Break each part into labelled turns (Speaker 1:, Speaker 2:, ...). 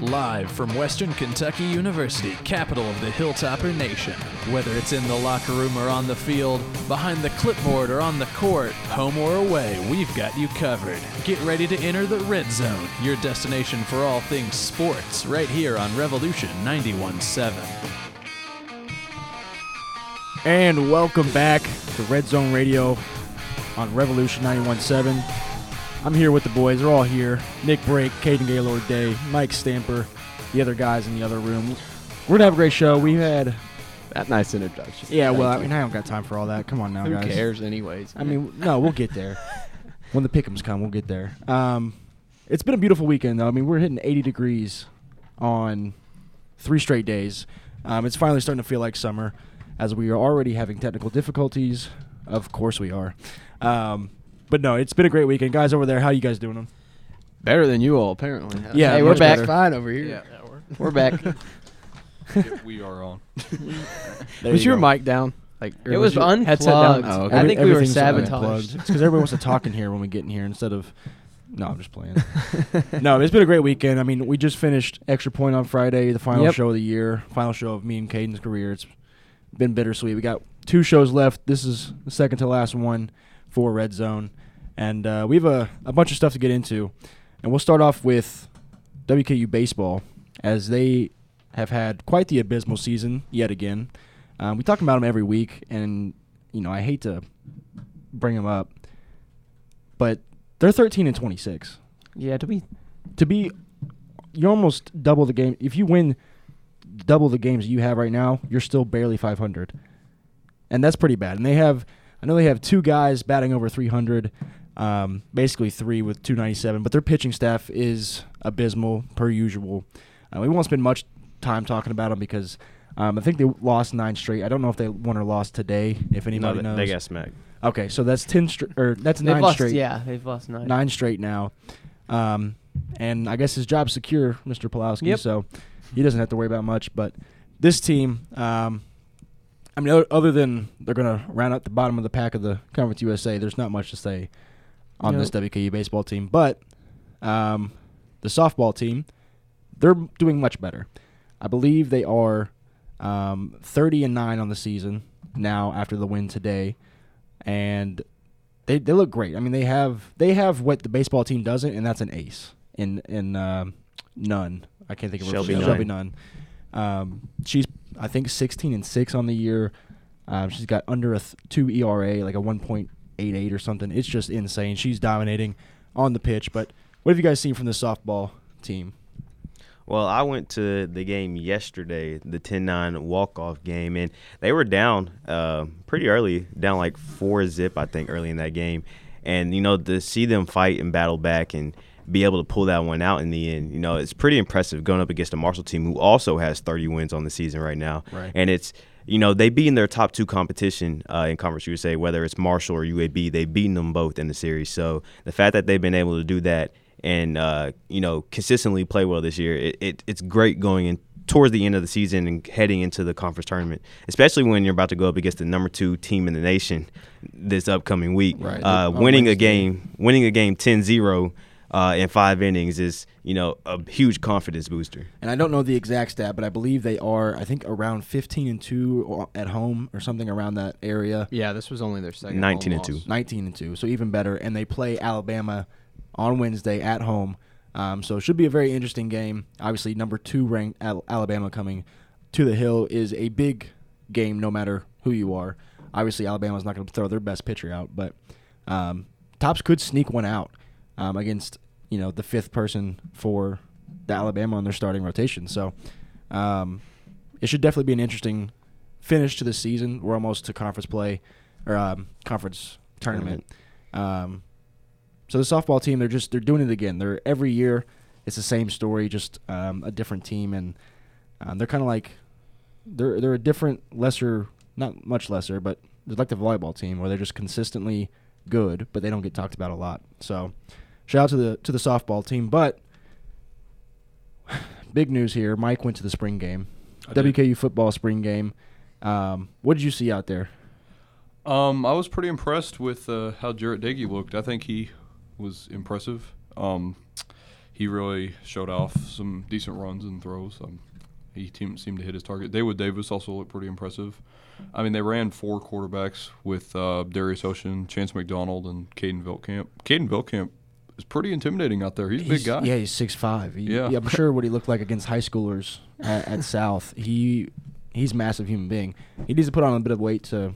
Speaker 1: Live from Western Kentucky University, capital of the Hilltopper Nation. Whether it's in the locker room or on the field, behind the clipboard or on the court, home or away, we've got you covered. Get ready to enter the Red Zone, your destination for all things sports, right here on Revolution 91.7.
Speaker 2: And welcome back to Red Zone Radio on Revolution 917. I'm here with the boys. They're all here. Nick Brake, Caden Gaylord Day, Mike Stamper, the other guys in the other room. We're gonna have a great show. We had
Speaker 3: That nice introduction.
Speaker 2: yeah,
Speaker 3: Thank
Speaker 2: well, I
Speaker 3: you.
Speaker 2: mean I don't got time for all that. Come on now,
Speaker 3: who
Speaker 2: guys.
Speaker 3: cares, anyways?
Speaker 2: I mean, no, we'll get there. when the pickums come, we'll get there. Um, it's been a beautiful weekend, though. I mean, we're hitting 80 degrees on three straight days. Um, it's finally starting to feel like summer, as we are already having technical difficulties. Of course, we are. Um, but no, it's been a great weekend, guys. Over there, how you guys doing? Um, Them?
Speaker 3: better than you all, apparently.
Speaker 2: Yeah,
Speaker 3: hey, we're
Speaker 2: much
Speaker 3: back
Speaker 2: better.
Speaker 3: fine over here. We're back.
Speaker 4: we are on.
Speaker 2: There
Speaker 3: was
Speaker 2: you
Speaker 3: your
Speaker 2: go.
Speaker 3: mic down? Like or
Speaker 5: It was
Speaker 3: your
Speaker 5: unplugged.
Speaker 3: Headset down?
Speaker 5: Oh, okay.
Speaker 3: I think we were
Speaker 2: everything's
Speaker 3: sabotaged.
Speaker 2: unplugged. It's because everyone wants to talk in here when we get in here instead of. No, I'm just playing. no, it's been a great weekend. I mean, we just finished Extra Point on Friday, the final
Speaker 3: Yep.
Speaker 2: show of the year, final show of me and Caden's career. It's been bittersweet. We got two shows left. This is the second to last one for Red Zone. And uh, we have a, a bunch of stuff to get into. And we'll start off with WKU baseball, as they have had quite the abysmal season yet again. Um, we talk about them every week, and, you know, I hate to bring them up, but they're 13 and 26
Speaker 3: yeah, do we?
Speaker 2: to be you almost double the game if you win double the games you have right now you're still barely 500 and that's pretty bad and they have i know they have two guys batting over 300 um, basically three with 297 but their pitching staff is abysmal per usual uh, we won't spend much time talking about them because um, i think they lost nine straight i don't know if they won or lost today if anybody knows
Speaker 5: smacked.
Speaker 2: okay so that's 10 str- or that's
Speaker 3: They've
Speaker 2: nine
Speaker 3: lost.
Speaker 2: straight
Speaker 3: Yeah, they've lost nine.
Speaker 2: nine straight now. Um, and I guess his job's secure, Mr. Pulowski,
Speaker 3: Yep.
Speaker 2: so he doesn't have to worry about much. But this team, um, I mean, o- other than they're going to round out the bottom of the pack of the Conference USA, there's not much to say on this
Speaker 3: Nope.
Speaker 2: WKU baseball team. But um, the softball team, they're doing much better. I believe they are um, 30 and 9 on the season now after the win today. And they they look great. I mean, they have they have what the baseball team doesn't, and that's an ace in in um none. I can't think of her-
Speaker 5: Shelby
Speaker 2: Shelby Nunn. Um, she's I think 16 and six on the year. Um, she's got under a th- two ERA, like a 1.88 or something. It's just insane. She's dominating on the pitch. But what have you guys seen from the softball team?
Speaker 5: Well, I went to the game yesterday, the 10-9 walk-off game, and they were down uh, pretty early, down like four zip, I think, early in that game. And you know, to see them fight and battle back and be able to pull that one out in the end, you know, it's pretty impressive going up against a Marshall team who also has 30 wins on the season right now.
Speaker 2: Right.
Speaker 5: And it's you know they beating their top two competition uh, in Conference USA, whether it's Marshall or UAB. They've beaten them both in the series. So the fact that they've been able to do that and uh, you know consistently play well this year, it, it it's great going in towards the end of the season and heading into the conference tournament, especially when you're about to go up against the number two team in the nation this upcoming week.
Speaker 2: Right.
Speaker 5: Uh,
Speaker 2: On
Speaker 5: winning a
Speaker 2: Wednesday.
Speaker 5: game game- winning a game 10-0 uh, in five innings is you know a huge confidence booster.
Speaker 2: And I don't know the exact stat, but I believe they are I think around 15 and two o- at home or something around that area.
Speaker 3: Yeah, this was only their second.
Speaker 5: 19 and two.
Speaker 2: 19 and 2 so even better and they play alabama on wednesday at home um, so it should be a very interesting game obviously number two ranked Al- alabama coming to the hill is a big game no matter who you are obviously alabama's not going to throw their best pitcher out but um, tops could sneak one out um, against you know the fifth person for the alabama on their starting rotation so um, it should definitely be an interesting finish to the season. We're almost to conference play or um, conference tournament. Um, so the softball team, they're just they're doing it again. They're every year, it's the same story, just um, a different team, and um, they're kind of like they're they're a different lesser, not much lesser, but they're like the volleyball team where they're just consistently good, but they don't get talked about a lot. So shout out to the to the softball team, but. Big news here. Mike went to the spring game.
Speaker 4: I did.
Speaker 2: WKU football spring game. Um, what did you see out there?
Speaker 4: Um, I was pretty impressed with uh, how Jarrett Diggy looked. I think he was impressive. Um, he really showed off some decent runs and throws. Um, he team, seemed to hit his target. David Davis also looked pretty impressive. I mean, they ran four quarterbacks with uh, Darius Ocean, Chance McDonald, and Caden Viltkamp. Caden Viltkamp is pretty intimidating out there. He's, a big guy.
Speaker 2: Yeah, he's six five. He,
Speaker 4: Yeah.
Speaker 2: yeah. I'm sure what he looked like against high schoolers at, at South. He he's a massive human being. He needs to put on a bit of weight to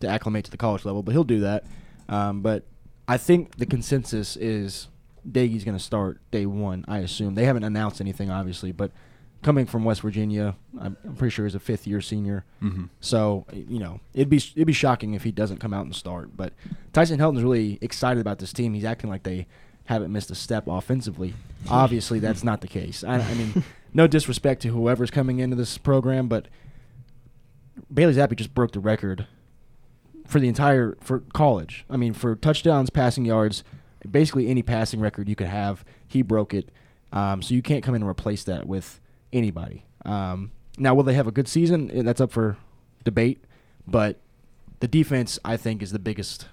Speaker 2: to acclimate to the college level, but he'll do that. Um, but I think the consensus is Daggy's going to start day one. I assume they haven't announced anything, obviously, but coming from West Virginia, I'm, I'm pretty sure he's a fifth year senior.
Speaker 4: Mhm.
Speaker 2: So you know, it'd be it'd be shocking if he doesn't come out and start. But Tyson Helton's really excited about this team. He's acting like they haven't missed a step offensively. Obviously, that's not the case. I, I mean, no disrespect to whoever's coming into this program, but Bailey Zappi just broke the record for the entire for college. I mean, for touchdowns, passing yards, basically any passing record you could have, he broke it. Um, so you can't come in and replace that with anybody. Um, now, will they have a good season? Eh, That's up for debate. But the defense, I think, is the biggest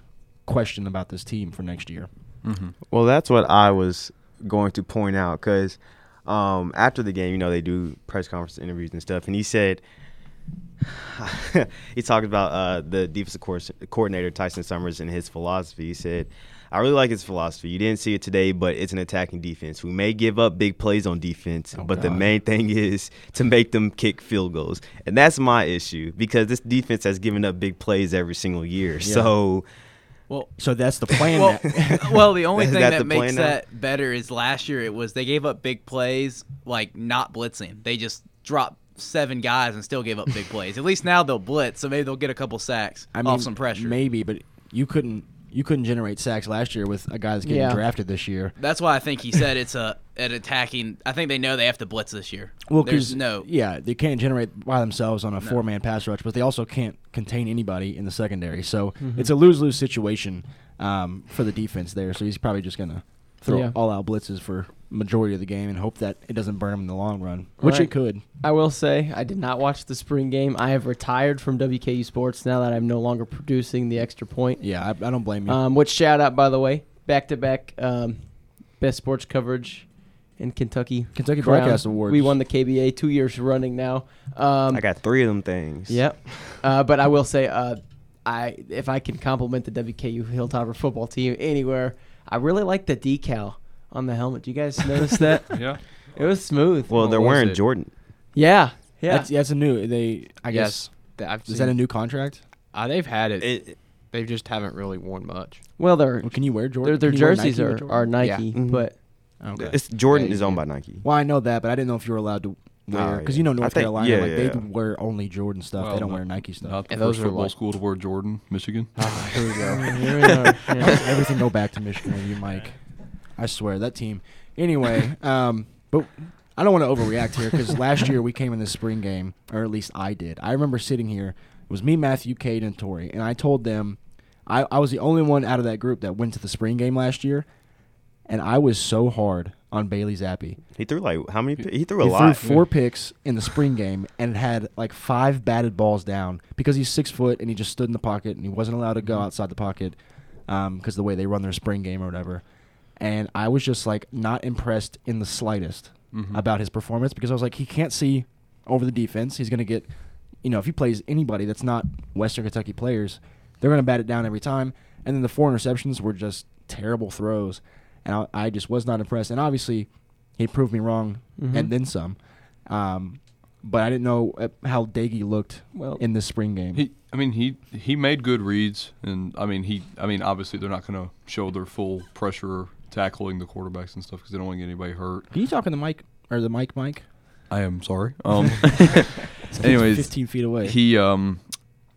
Speaker 2: question about this team for next year.
Speaker 1: Mm-hmm.
Speaker 5: Well, that's what I was going to point out because um, after the game, you know, they do press conference interviews and stuff, and he said he talked about uh, the defensive course, coordinator Tyson Summers and his philosophy. He said, "I really like his philosophy. You didn't see it today, but it's an attacking defense. We may give up big plays on defense, but the
Speaker 2: God.
Speaker 5: main thing is to make them kick field goals, and that's my issue because this defense has given up big plays every single year. So."
Speaker 6: Well,
Speaker 2: So that's the plan.
Speaker 6: well, well, the only
Speaker 5: Is
Speaker 6: thing
Speaker 5: that
Speaker 6: that
Speaker 5: the
Speaker 6: makes
Speaker 5: plan now?
Speaker 6: that better is last year it was they gave up big plays like not blitzing. They just dropped seven guys and still gave up big plays. At least now they'll blitz, so maybe they'll get a couple sacks
Speaker 2: I mean,
Speaker 6: off some pressure.
Speaker 2: Maybe, but you couldn't you couldn't generate sacks last year with a guy that's getting
Speaker 3: Yeah.
Speaker 2: drafted this year.
Speaker 6: That's why I think he said it's a an attacking. I think they know they have to blitz this year.
Speaker 2: Well,
Speaker 6: there's
Speaker 2: because
Speaker 6: no.
Speaker 2: yeah, they can't generate by themselves on a four-man pass rush, but they also can't contain anybody in the secondary. So
Speaker 3: Mm-hmm.
Speaker 2: it's a lose-lose situation um, for the defense there. So he's probably just gonna throw
Speaker 3: Yeah.
Speaker 2: all-out blitzes for majority of the game and hope that it doesn't burn him in the long run, which it
Speaker 3: Right.
Speaker 2: could.
Speaker 3: I will say I did not watch the spring game. I have retired from WKU sports now that I'm no longer producing the extra point.
Speaker 2: Yeah, I, I don't blame you.
Speaker 3: Um, which shout out by the way, back to back best sports coverage in Kentucky.
Speaker 2: Kentucky
Speaker 3: Crown.
Speaker 2: Broadcast Awards.
Speaker 3: We won the KBA two years running now. Um,
Speaker 5: I got three of them things.
Speaker 3: Yep. Uh, but I will say, uh, I if I can compliment the WKU Hilltopper football team anywhere, I really like the decal on the helmet. Do you guys notice that?
Speaker 4: Yeah.
Speaker 3: It was smooth.
Speaker 5: Well,
Speaker 4: What
Speaker 5: they're
Speaker 4: was
Speaker 5: wearing
Speaker 4: it?
Speaker 5: Jordan.
Speaker 3: yeah, yeah.
Speaker 2: That's, that's a new. They I guess
Speaker 4: That I've
Speaker 2: is that a new contract?
Speaker 4: uh, they've had it.
Speaker 5: It-
Speaker 4: They just haven't really worn much.
Speaker 3: well, their
Speaker 2: Well, can you wear Jordan?
Speaker 3: their, their
Speaker 2: Can you wear
Speaker 3: jerseys
Speaker 2: Nike with
Speaker 3: are,
Speaker 2: Jordan?
Speaker 3: are Nike,
Speaker 5: Yeah. Mhm.
Speaker 3: but
Speaker 2: Okay.
Speaker 5: It's Jordan
Speaker 4: Yeah,
Speaker 5: is
Speaker 4: you
Speaker 5: owned by
Speaker 4: can.
Speaker 5: Nike.
Speaker 2: Well, I know that, but I didn't know if you were allowed to wear
Speaker 5: Oh,
Speaker 2: because
Speaker 5: yeah.
Speaker 2: you know
Speaker 5: I
Speaker 2: North
Speaker 5: think-
Speaker 2: Carolina,
Speaker 5: yeah,
Speaker 2: like they
Speaker 5: yeah.
Speaker 2: wear only Jordan stuff.
Speaker 4: Well,
Speaker 2: they don't
Speaker 4: no-
Speaker 2: wear Nike stuff.
Speaker 4: Not the
Speaker 3: And
Speaker 4: first
Speaker 3: those are
Speaker 4: football
Speaker 3: like-
Speaker 4: school to wear Jordan, Michigan.
Speaker 2: here we go.
Speaker 3: Here we are, yeah.
Speaker 2: Everything go back to Michigan with you, Mike. I swear that team. Anyway, um, but I don't want to overreact here because last year we came in the spring game, or at least I did. I remember sitting here. It was me, Matthew, Cade, and Tori, and I told them I, I was the only one out of that group that went to the spring game last year, and I was so hard on Bailey Zappi.
Speaker 5: He threw like how many? He threw a
Speaker 2: he
Speaker 5: lot.
Speaker 2: threw four picks in the spring game and had like five batted balls down because he's six foot and he just stood in the pocket and he wasn't allowed to go
Speaker 5: Mm-hmm.
Speaker 2: outside the pocket because the way they run their spring game or whatever. And I was just like not impressed in the slightest
Speaker 5: Mm-hmm.
Speaker 2: about his performance because I was like he can't see over the defense. He's gonna get, you know, if he plays anybody that's not Western Kentucky players, they're gonna bat it down every time. And then the four interceptions were just terrible throws, and I, I just was not impressed. And obviously, he proved me wrong and then some. Um, but I didn't know uh, how Daggy looked
Speaker 3: Well-
Speaker 2: in this spring game.
Speaker 4: He, I mean, he he made good reads, and I mean, he, I mean, obviously they're not going to show their full pressure tackling the quarterbacks and stuff because they don't want to get anybody hurt.
Speaker 2: Are you talking to Mike or the Mike Mike?
Speaker 4: I am sorry. Um,
Speaker 2: He's
Speaker 4: anyways,
Speaker 2: fifteen feet away.
Speaker 4: he, um,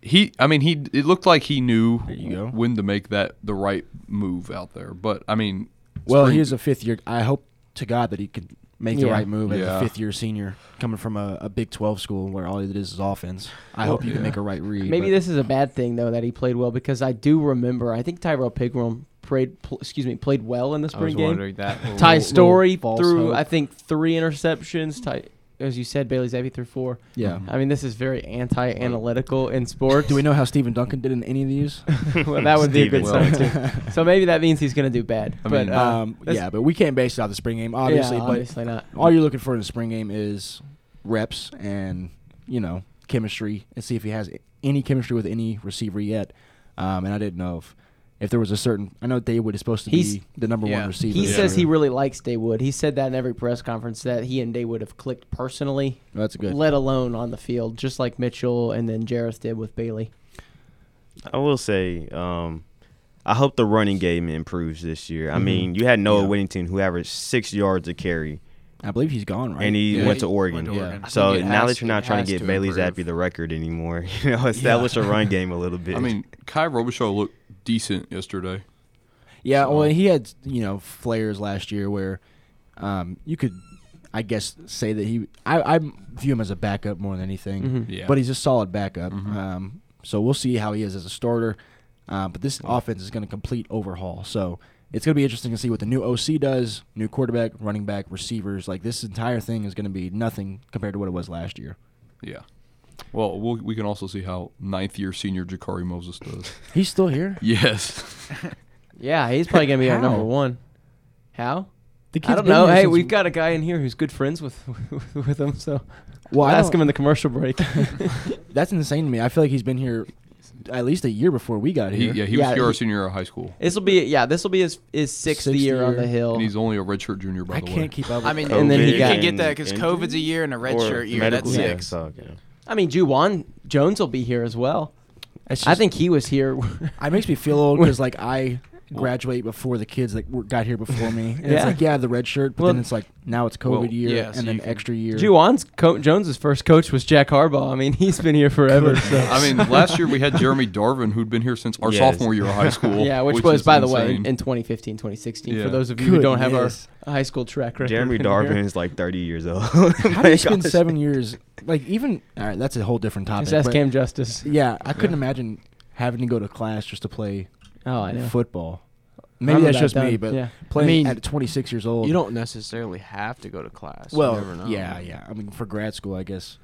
Speaker 4: he, I mean, he, it looked like he knew
Speaker 2: you go.
Speaker 4: when to make that the right move out there. But I mean,
Speaker 2: well,
Speaker 4: spring-
Speaker 2: he is a fifth year. I hope to God that he could make the
Speaker 3: Yeah.
Speaker 2: right move as
Speaker 4: Yeah.
Speaker 2: a fifth year senior coming from a, a Big Twelve school where all it is is offense. I hope you can
Speaker 4: yeah.
Speaker 2: make a right read.
Speaker 3: Maybe
Speaker 2: but-
Speaker 3: this is a bad thing though that he played well because I do remember. I think Tyrell Pigrum played, pl- excuse me, played well in
Speaker 7: I
Speaker 3: the
Speaker 7: was
Speaker 3: spring game.
Speaker 7: wondering that.
Speaker 3: Ty
Speaker 2: Little-
Speaker 3: Story
Speaker 2: little false
Speaker 3: threw,
Speaker 2: hope.
Speaker 3: I think, three interceptions. Ty,
Speaker 7: as you said, Bailey Zappi threw four.
Speaker 2: Yeah.
Speaker 7: I mean, this is very anti-analytical in sports.
Speaker 2: Do we know how Stephen Duncan did in any of these?
Speaker 7: well, that would be a good
Speaker 4: Steven
Speaker 7: sign
Speaker 4: will.
Speaker 7: too. So maybe that means he's going to do bad.
Speaker 4: I
Speaker 7: but
Speaker 4: mean,
Speaker 7: uh,
Speaker 2: um,
Speaker 7: that's-
Speaker 2: yeah, but we can't base it off the spring game, obviously.
Speaker 7: yeah,
Speaker 2: but
Speaker 7: obviously not.
Speaker 2: all you're looking for in the spring game is reps and you know chemistry, and see if he has any chemistry with any receiver yet. Um, and I didn't know if if there was a certain. I know Daywood is supposed to
Speaker 7: He's-
Speaker 2: be the number
Speaker 6: yeah.
Speaker 2: one receiver.
Speaker 7: He
Speaker 4: Yeah.
Speaker 7: says he really likes Daywood. He said that in every press conference that he and Daywood have clicked personally,
Speaker 2: That's good.
Speaker 7: let alone on the field, just like Mitchell and then Jarrett did with Bailey.
Speaker 5: I will say, um, I hope the running game improves this year.
Speaker 2: Mm-hmm.
Speaker 5: I mean, you had Noah
Speaker 2: Yeah.
Speaker 5: Whittington who averaged six yards a carry,
Speaker 2: I believe he's gone right.
Speaker 5: and he
Speaker 4: Yeah.
Speaker 5: went to
Speaker 6: Went
Speaker 5: Oregon.
Speaker 6: to
Speaker 2: Yeah.
Speaker 6: Oregon. I
Speaker 5: So
Speaker 6: think it
Speaker 5: now
Speaker 6: has-
Speaker 5: that you're not
Speaker 6: it
Speaker 5: trying
Speaker 6: has
Speaker 5: to
Speaker 6: to
Speaker 5: get Bailey
Speaker 6: improve.
Speaker 5: Zappi the record anymore, you know, establish a run game a little bit.
Speaker 4: I mean, Kai Robichaud looked decent yesterday.
Speaker 2: Yeah,
Speaker 4: So-
Speaker 2: well, he had you know flares last year where um, you could, I guess, say that he. I, I view him as a backup more than anything,
Speaker 4: Yeah.
Speaker 2: but he's a solid backup. Um, so we'll see how he is as a starter. Uh, but this offense is going to complete overhaul. So it's going to be interesting to see what the new OC does, new quarterback, running back, receivers. Like this entire thing is going to be nothing compared to what it was last year.
Speaker 4: Yeah. Well, we'll we can also see how ninth year senior Jakari Moses does.
Speaker 2: He's still here.
Speaker 4: yes.
Speaker 7: Yeah, he's probably going to be our number
Speaker 2: How?
Speaker 7: one. How?
Speaker 2: The
Speaker 7: I
Speaker 2: kid's
Speaker 7: don't
Speaker 2: been
Speaker 7: know.
Speaker 2: here
Speaker 7: Hey,
Speaker 2: since-
Speaker 7: we've got a guy in here who's good friends with with him, so
Speaker 2: Well,
Speaker 7: we'll
Speaker 2: I
Speaker 7: ask
Speaker 2: don't-
Speaker 7: him in the commercial break.
Speaker 2: That's insane to me. I feel like he's been here at least a year before we got
Speaker 4: He,
Speaker 2: here.
Speaker 4: yeah, he was here our senior year of high school.
Speaker 7: this will be yeah, this will be his his sixth,
Speaker 2: Sixth
Speaker 7: year, on
Speaker 2: year.
Speaker 7: the hill.
Speaker 4: And he's only a redshirt junior, by
Speaker 2: I
Speaker 4: the
Speaker 2: can't
Speaker 4: way.
Speaker 2: keep up. With
Speaker 6: I mean,
Speaker 7: And then he
Speaker 6: you
Speaker 7: got-
Speaker 6: can get that because
Speaker 5: Injury?
Speaker 6: COVID's a year and a red
Speaker 5: Or
Speaker 6: shirt year.
Speaker 5: medical-
Speaker 6: That's
Speaker 5: yeah,
Speaker 6: six.
Speaker 5: so, yeah.
Speaker 7: I mean, Juwan Jones will be here as well.
Speaker 2: It's just,
Speaker 7: I think he was here.
Speaker 2: it makes me feel old because like I graduate before the kids that were, got here before me. And It's
Speaker 7: Yeah.
Speaker 2: like yeah, the red shirt, but
Speaker 7: Well-
Speaker 2: then it's like now it's COVID
Speaker 4: Well,
Speaker 2: year
Speaker 6: yeah, so
Speaker 2: and then
Speaker 6: you can-
Speaker 2: extra year.
Speaker 7: Juwan's co- Jones's first coach was Jack Harbaugh. I mean, he's been here forever. So.
Speaker 4: I mean, last year we had Jeremy Darvin, who'd been here since our
Speaker 5: Yes.
Speaker 4: sophomore year of high school.
Speaker 7: yeah, which, was
Speaker 4: is
Speaker 7: by the way
Speaker 4: insane.
Speaker 7: in 2015, 2016. For
Speaker 4: Yeah.
Speaker 7: those of you who don't have our
Speaker 2: Goodness.
Speaker 7: high school track record,
Speaker 5: Jeremy
Speaker 7: in here.
Speaker 5: Darvin is like 30 years old.
Speaker 2: How do you spend seven years? Like even all right, that's a whole different topic.
Speaker 7: Just ask
Speaker 2: but-
Speaker 7: Cam Justice.
Speaker 2: Yeah, I couldn't imagine having to go to class just to play
Speaker 7: Oh, I know.
Speaker 2: football.
Speaker 7: I'm
Speaker 2: Maybe that's
Speaker 7: about
Speaker 2: just me,
Speaker 7: done.
Speaker 2: but
Speaker 7: Yeah.
Speaker 2: playing
Speaker 8: I mean,
Speaker 2: at 26 years old,
Speaker 8: You don't necessarily have to go to class. You
Speaker 2: Well,
Speaker 8: never know.
Speaker 2: yeah, yeah. I mean, for grad school, I guess.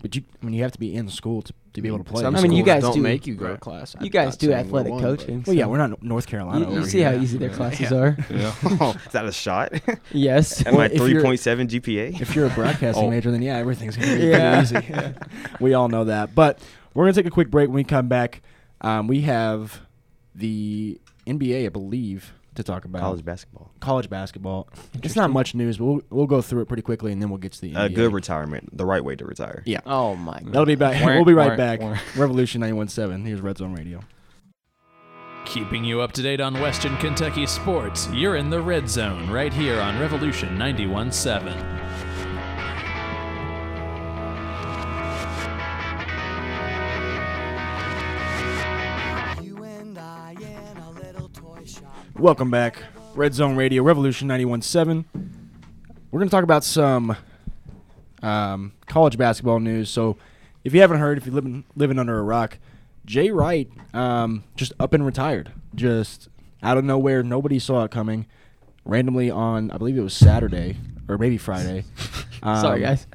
Speaker 2: But you, I mean, you have to be in school to, to be able to play.
Speaker 8: Some
Speaker 7: I mean, you
Speaker 8: schools
Speaker 7: guys
Speaker 8: don't
Speaker 7: do-
Speaker 8: make you go to
Speaker 6: Right.
Speaker 8: class.
Speaker 7: You
Speaker 8: I'm
Speaker 7: guys
Speaker 8: not
Speaker 7: do
Speaker 8: saying we're
Speaker 7: athletic
Speaker 8: one, but-
Speaker 7: coaching.
Speaker 2: Well, yeah,
Speaker 7: so-
Speaker 2: we're not North Carolina.
Speaker 7: You, you
Speaker 2: over
Speaker 7: see
Speaker 2: here.
Speaker 7: how easy their classes
Speaker 6: Yeah.
Speaker 7: are.
Speaker 4: Yeah.
Speaker 5: is that a shot?
Speaker 7: Yes.
Speaker 5: At
Speaker 2: Well,
Speaker 5: my
Speaker 2: if you're-
Speaker 5: 3.7 GPA?
Speaker 2: If you're a broadcasting
Speaker 4: Oh.
Speaker 2: major, then yeah, everything's gonna be
Speaker 7: Yeah.
Speaker 2: pretty easy. we all know that. But we're gonna take a quick break. When we come back, um, we have the NBA, I believe, to talk about
Speaker 5: College basketball.
Speaker 2: college basketball. It's not much news, but we'll, we'll go through it pretty quickly, and then we'll get to the NBA.
Speaker 5: A Uh, good retirement, the right way to retire.
Speaker 2: yeah.
Speaker 7: Oh my god.
Speaker 2: That'll be back.
Speaker 4: Warrant,
Speaker 2: we'll be right
Speaker 4: warrant,
Speaker 2: back.
Speaker 4: warrant.
Speaker 2: Revolution 917. Here's Red Zone Radio.
Speaker 1: Keeping you up to date on Western Kentucky sports, you're in the red zone right here on Revolution 91.7.
Speaker 2: Welcome back. Red Zone Radio, Revolution 91.7. We're going to talk about some um, college basketball news. So, if you haven't heard, if you're living, living under a rock, Jay Wright um, just up and retired. Just out of nowhere. Nobody saw it coming. Randomly on, I believe it was Saturday or maybe Friday. Um,
Speaker 7: Sorry, guys.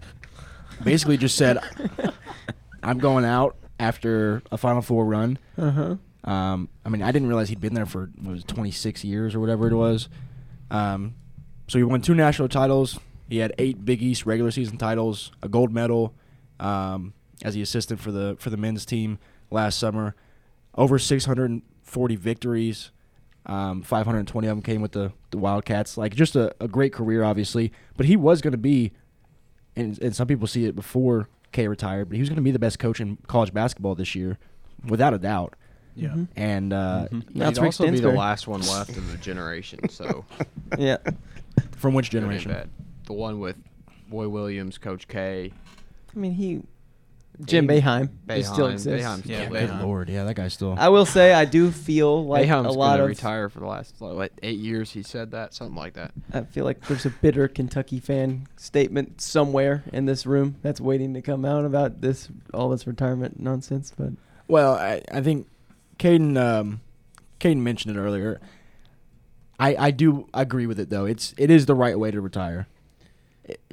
Speaker 2: Basically just said, I'm going out after a Final Four run.
Speaker 7: Uh huh.
Speaker 2: Um, I mean, I didn't realize he'd been there for what was it, 26 years or whatever it was. Um, so he won two national titles. He had eight Big East regular season titles, a gold medal um, as the assistant for the for the men's team last summer. Over 640 victories. Um, 520 of them came with the, the Wildcats. Like just a, a great career, obviously. But he was going to be, and and some people see it before K retired, but he was going to be the best coach in college basketball this year, without a doubt
Speaker 8: Yeah.
Speaker 2: and uh,
Speaker 8: Now,
Speaker 7: That's
Speaker 8: He'd
Speaker 7: Rick
Speaker 8: also be the
Speaker 7: Stansbury.
Speaker 8: last one left in the generation, so
Speaker 7: Yeah.
Speaker 2: from which
Speaker 8: good and
Speaker 2: generation?
Speaker 8: bad. The one with Boy Williams, Coach K,
Speaker 7: I mean, he. Jim
Speaker 8: He-
Speaker 7: Beheim, Beheim still
Speaker 8: Boeheim-
Speaker 7: exists.
Speaker 8: Boeheim's
Speaker 6: Yeah,
Speaker 8: still
Speaker 6: Boeheim.
Speaker 8: there.
Speaker 2: Good lord, yeah, that guy's still.
Speaker 7: I will say I do feel like
Speaker 8: Beheim's
Speaker 7: a lot
Speaker 8: gonna
Speaker 7: of
Speaker 8: retire for the last like, what, eight years. He said that something like that.
Speaker 7: I feel like there's a bitter Kentucky fan statement somewhere in this room that's waiting to come out about this all this retirement nonsense. But
Speaker 2: well, I, I think Caden um, Caden mentioned it earlier. I, I do agree with it though. It's it is the right way to retire.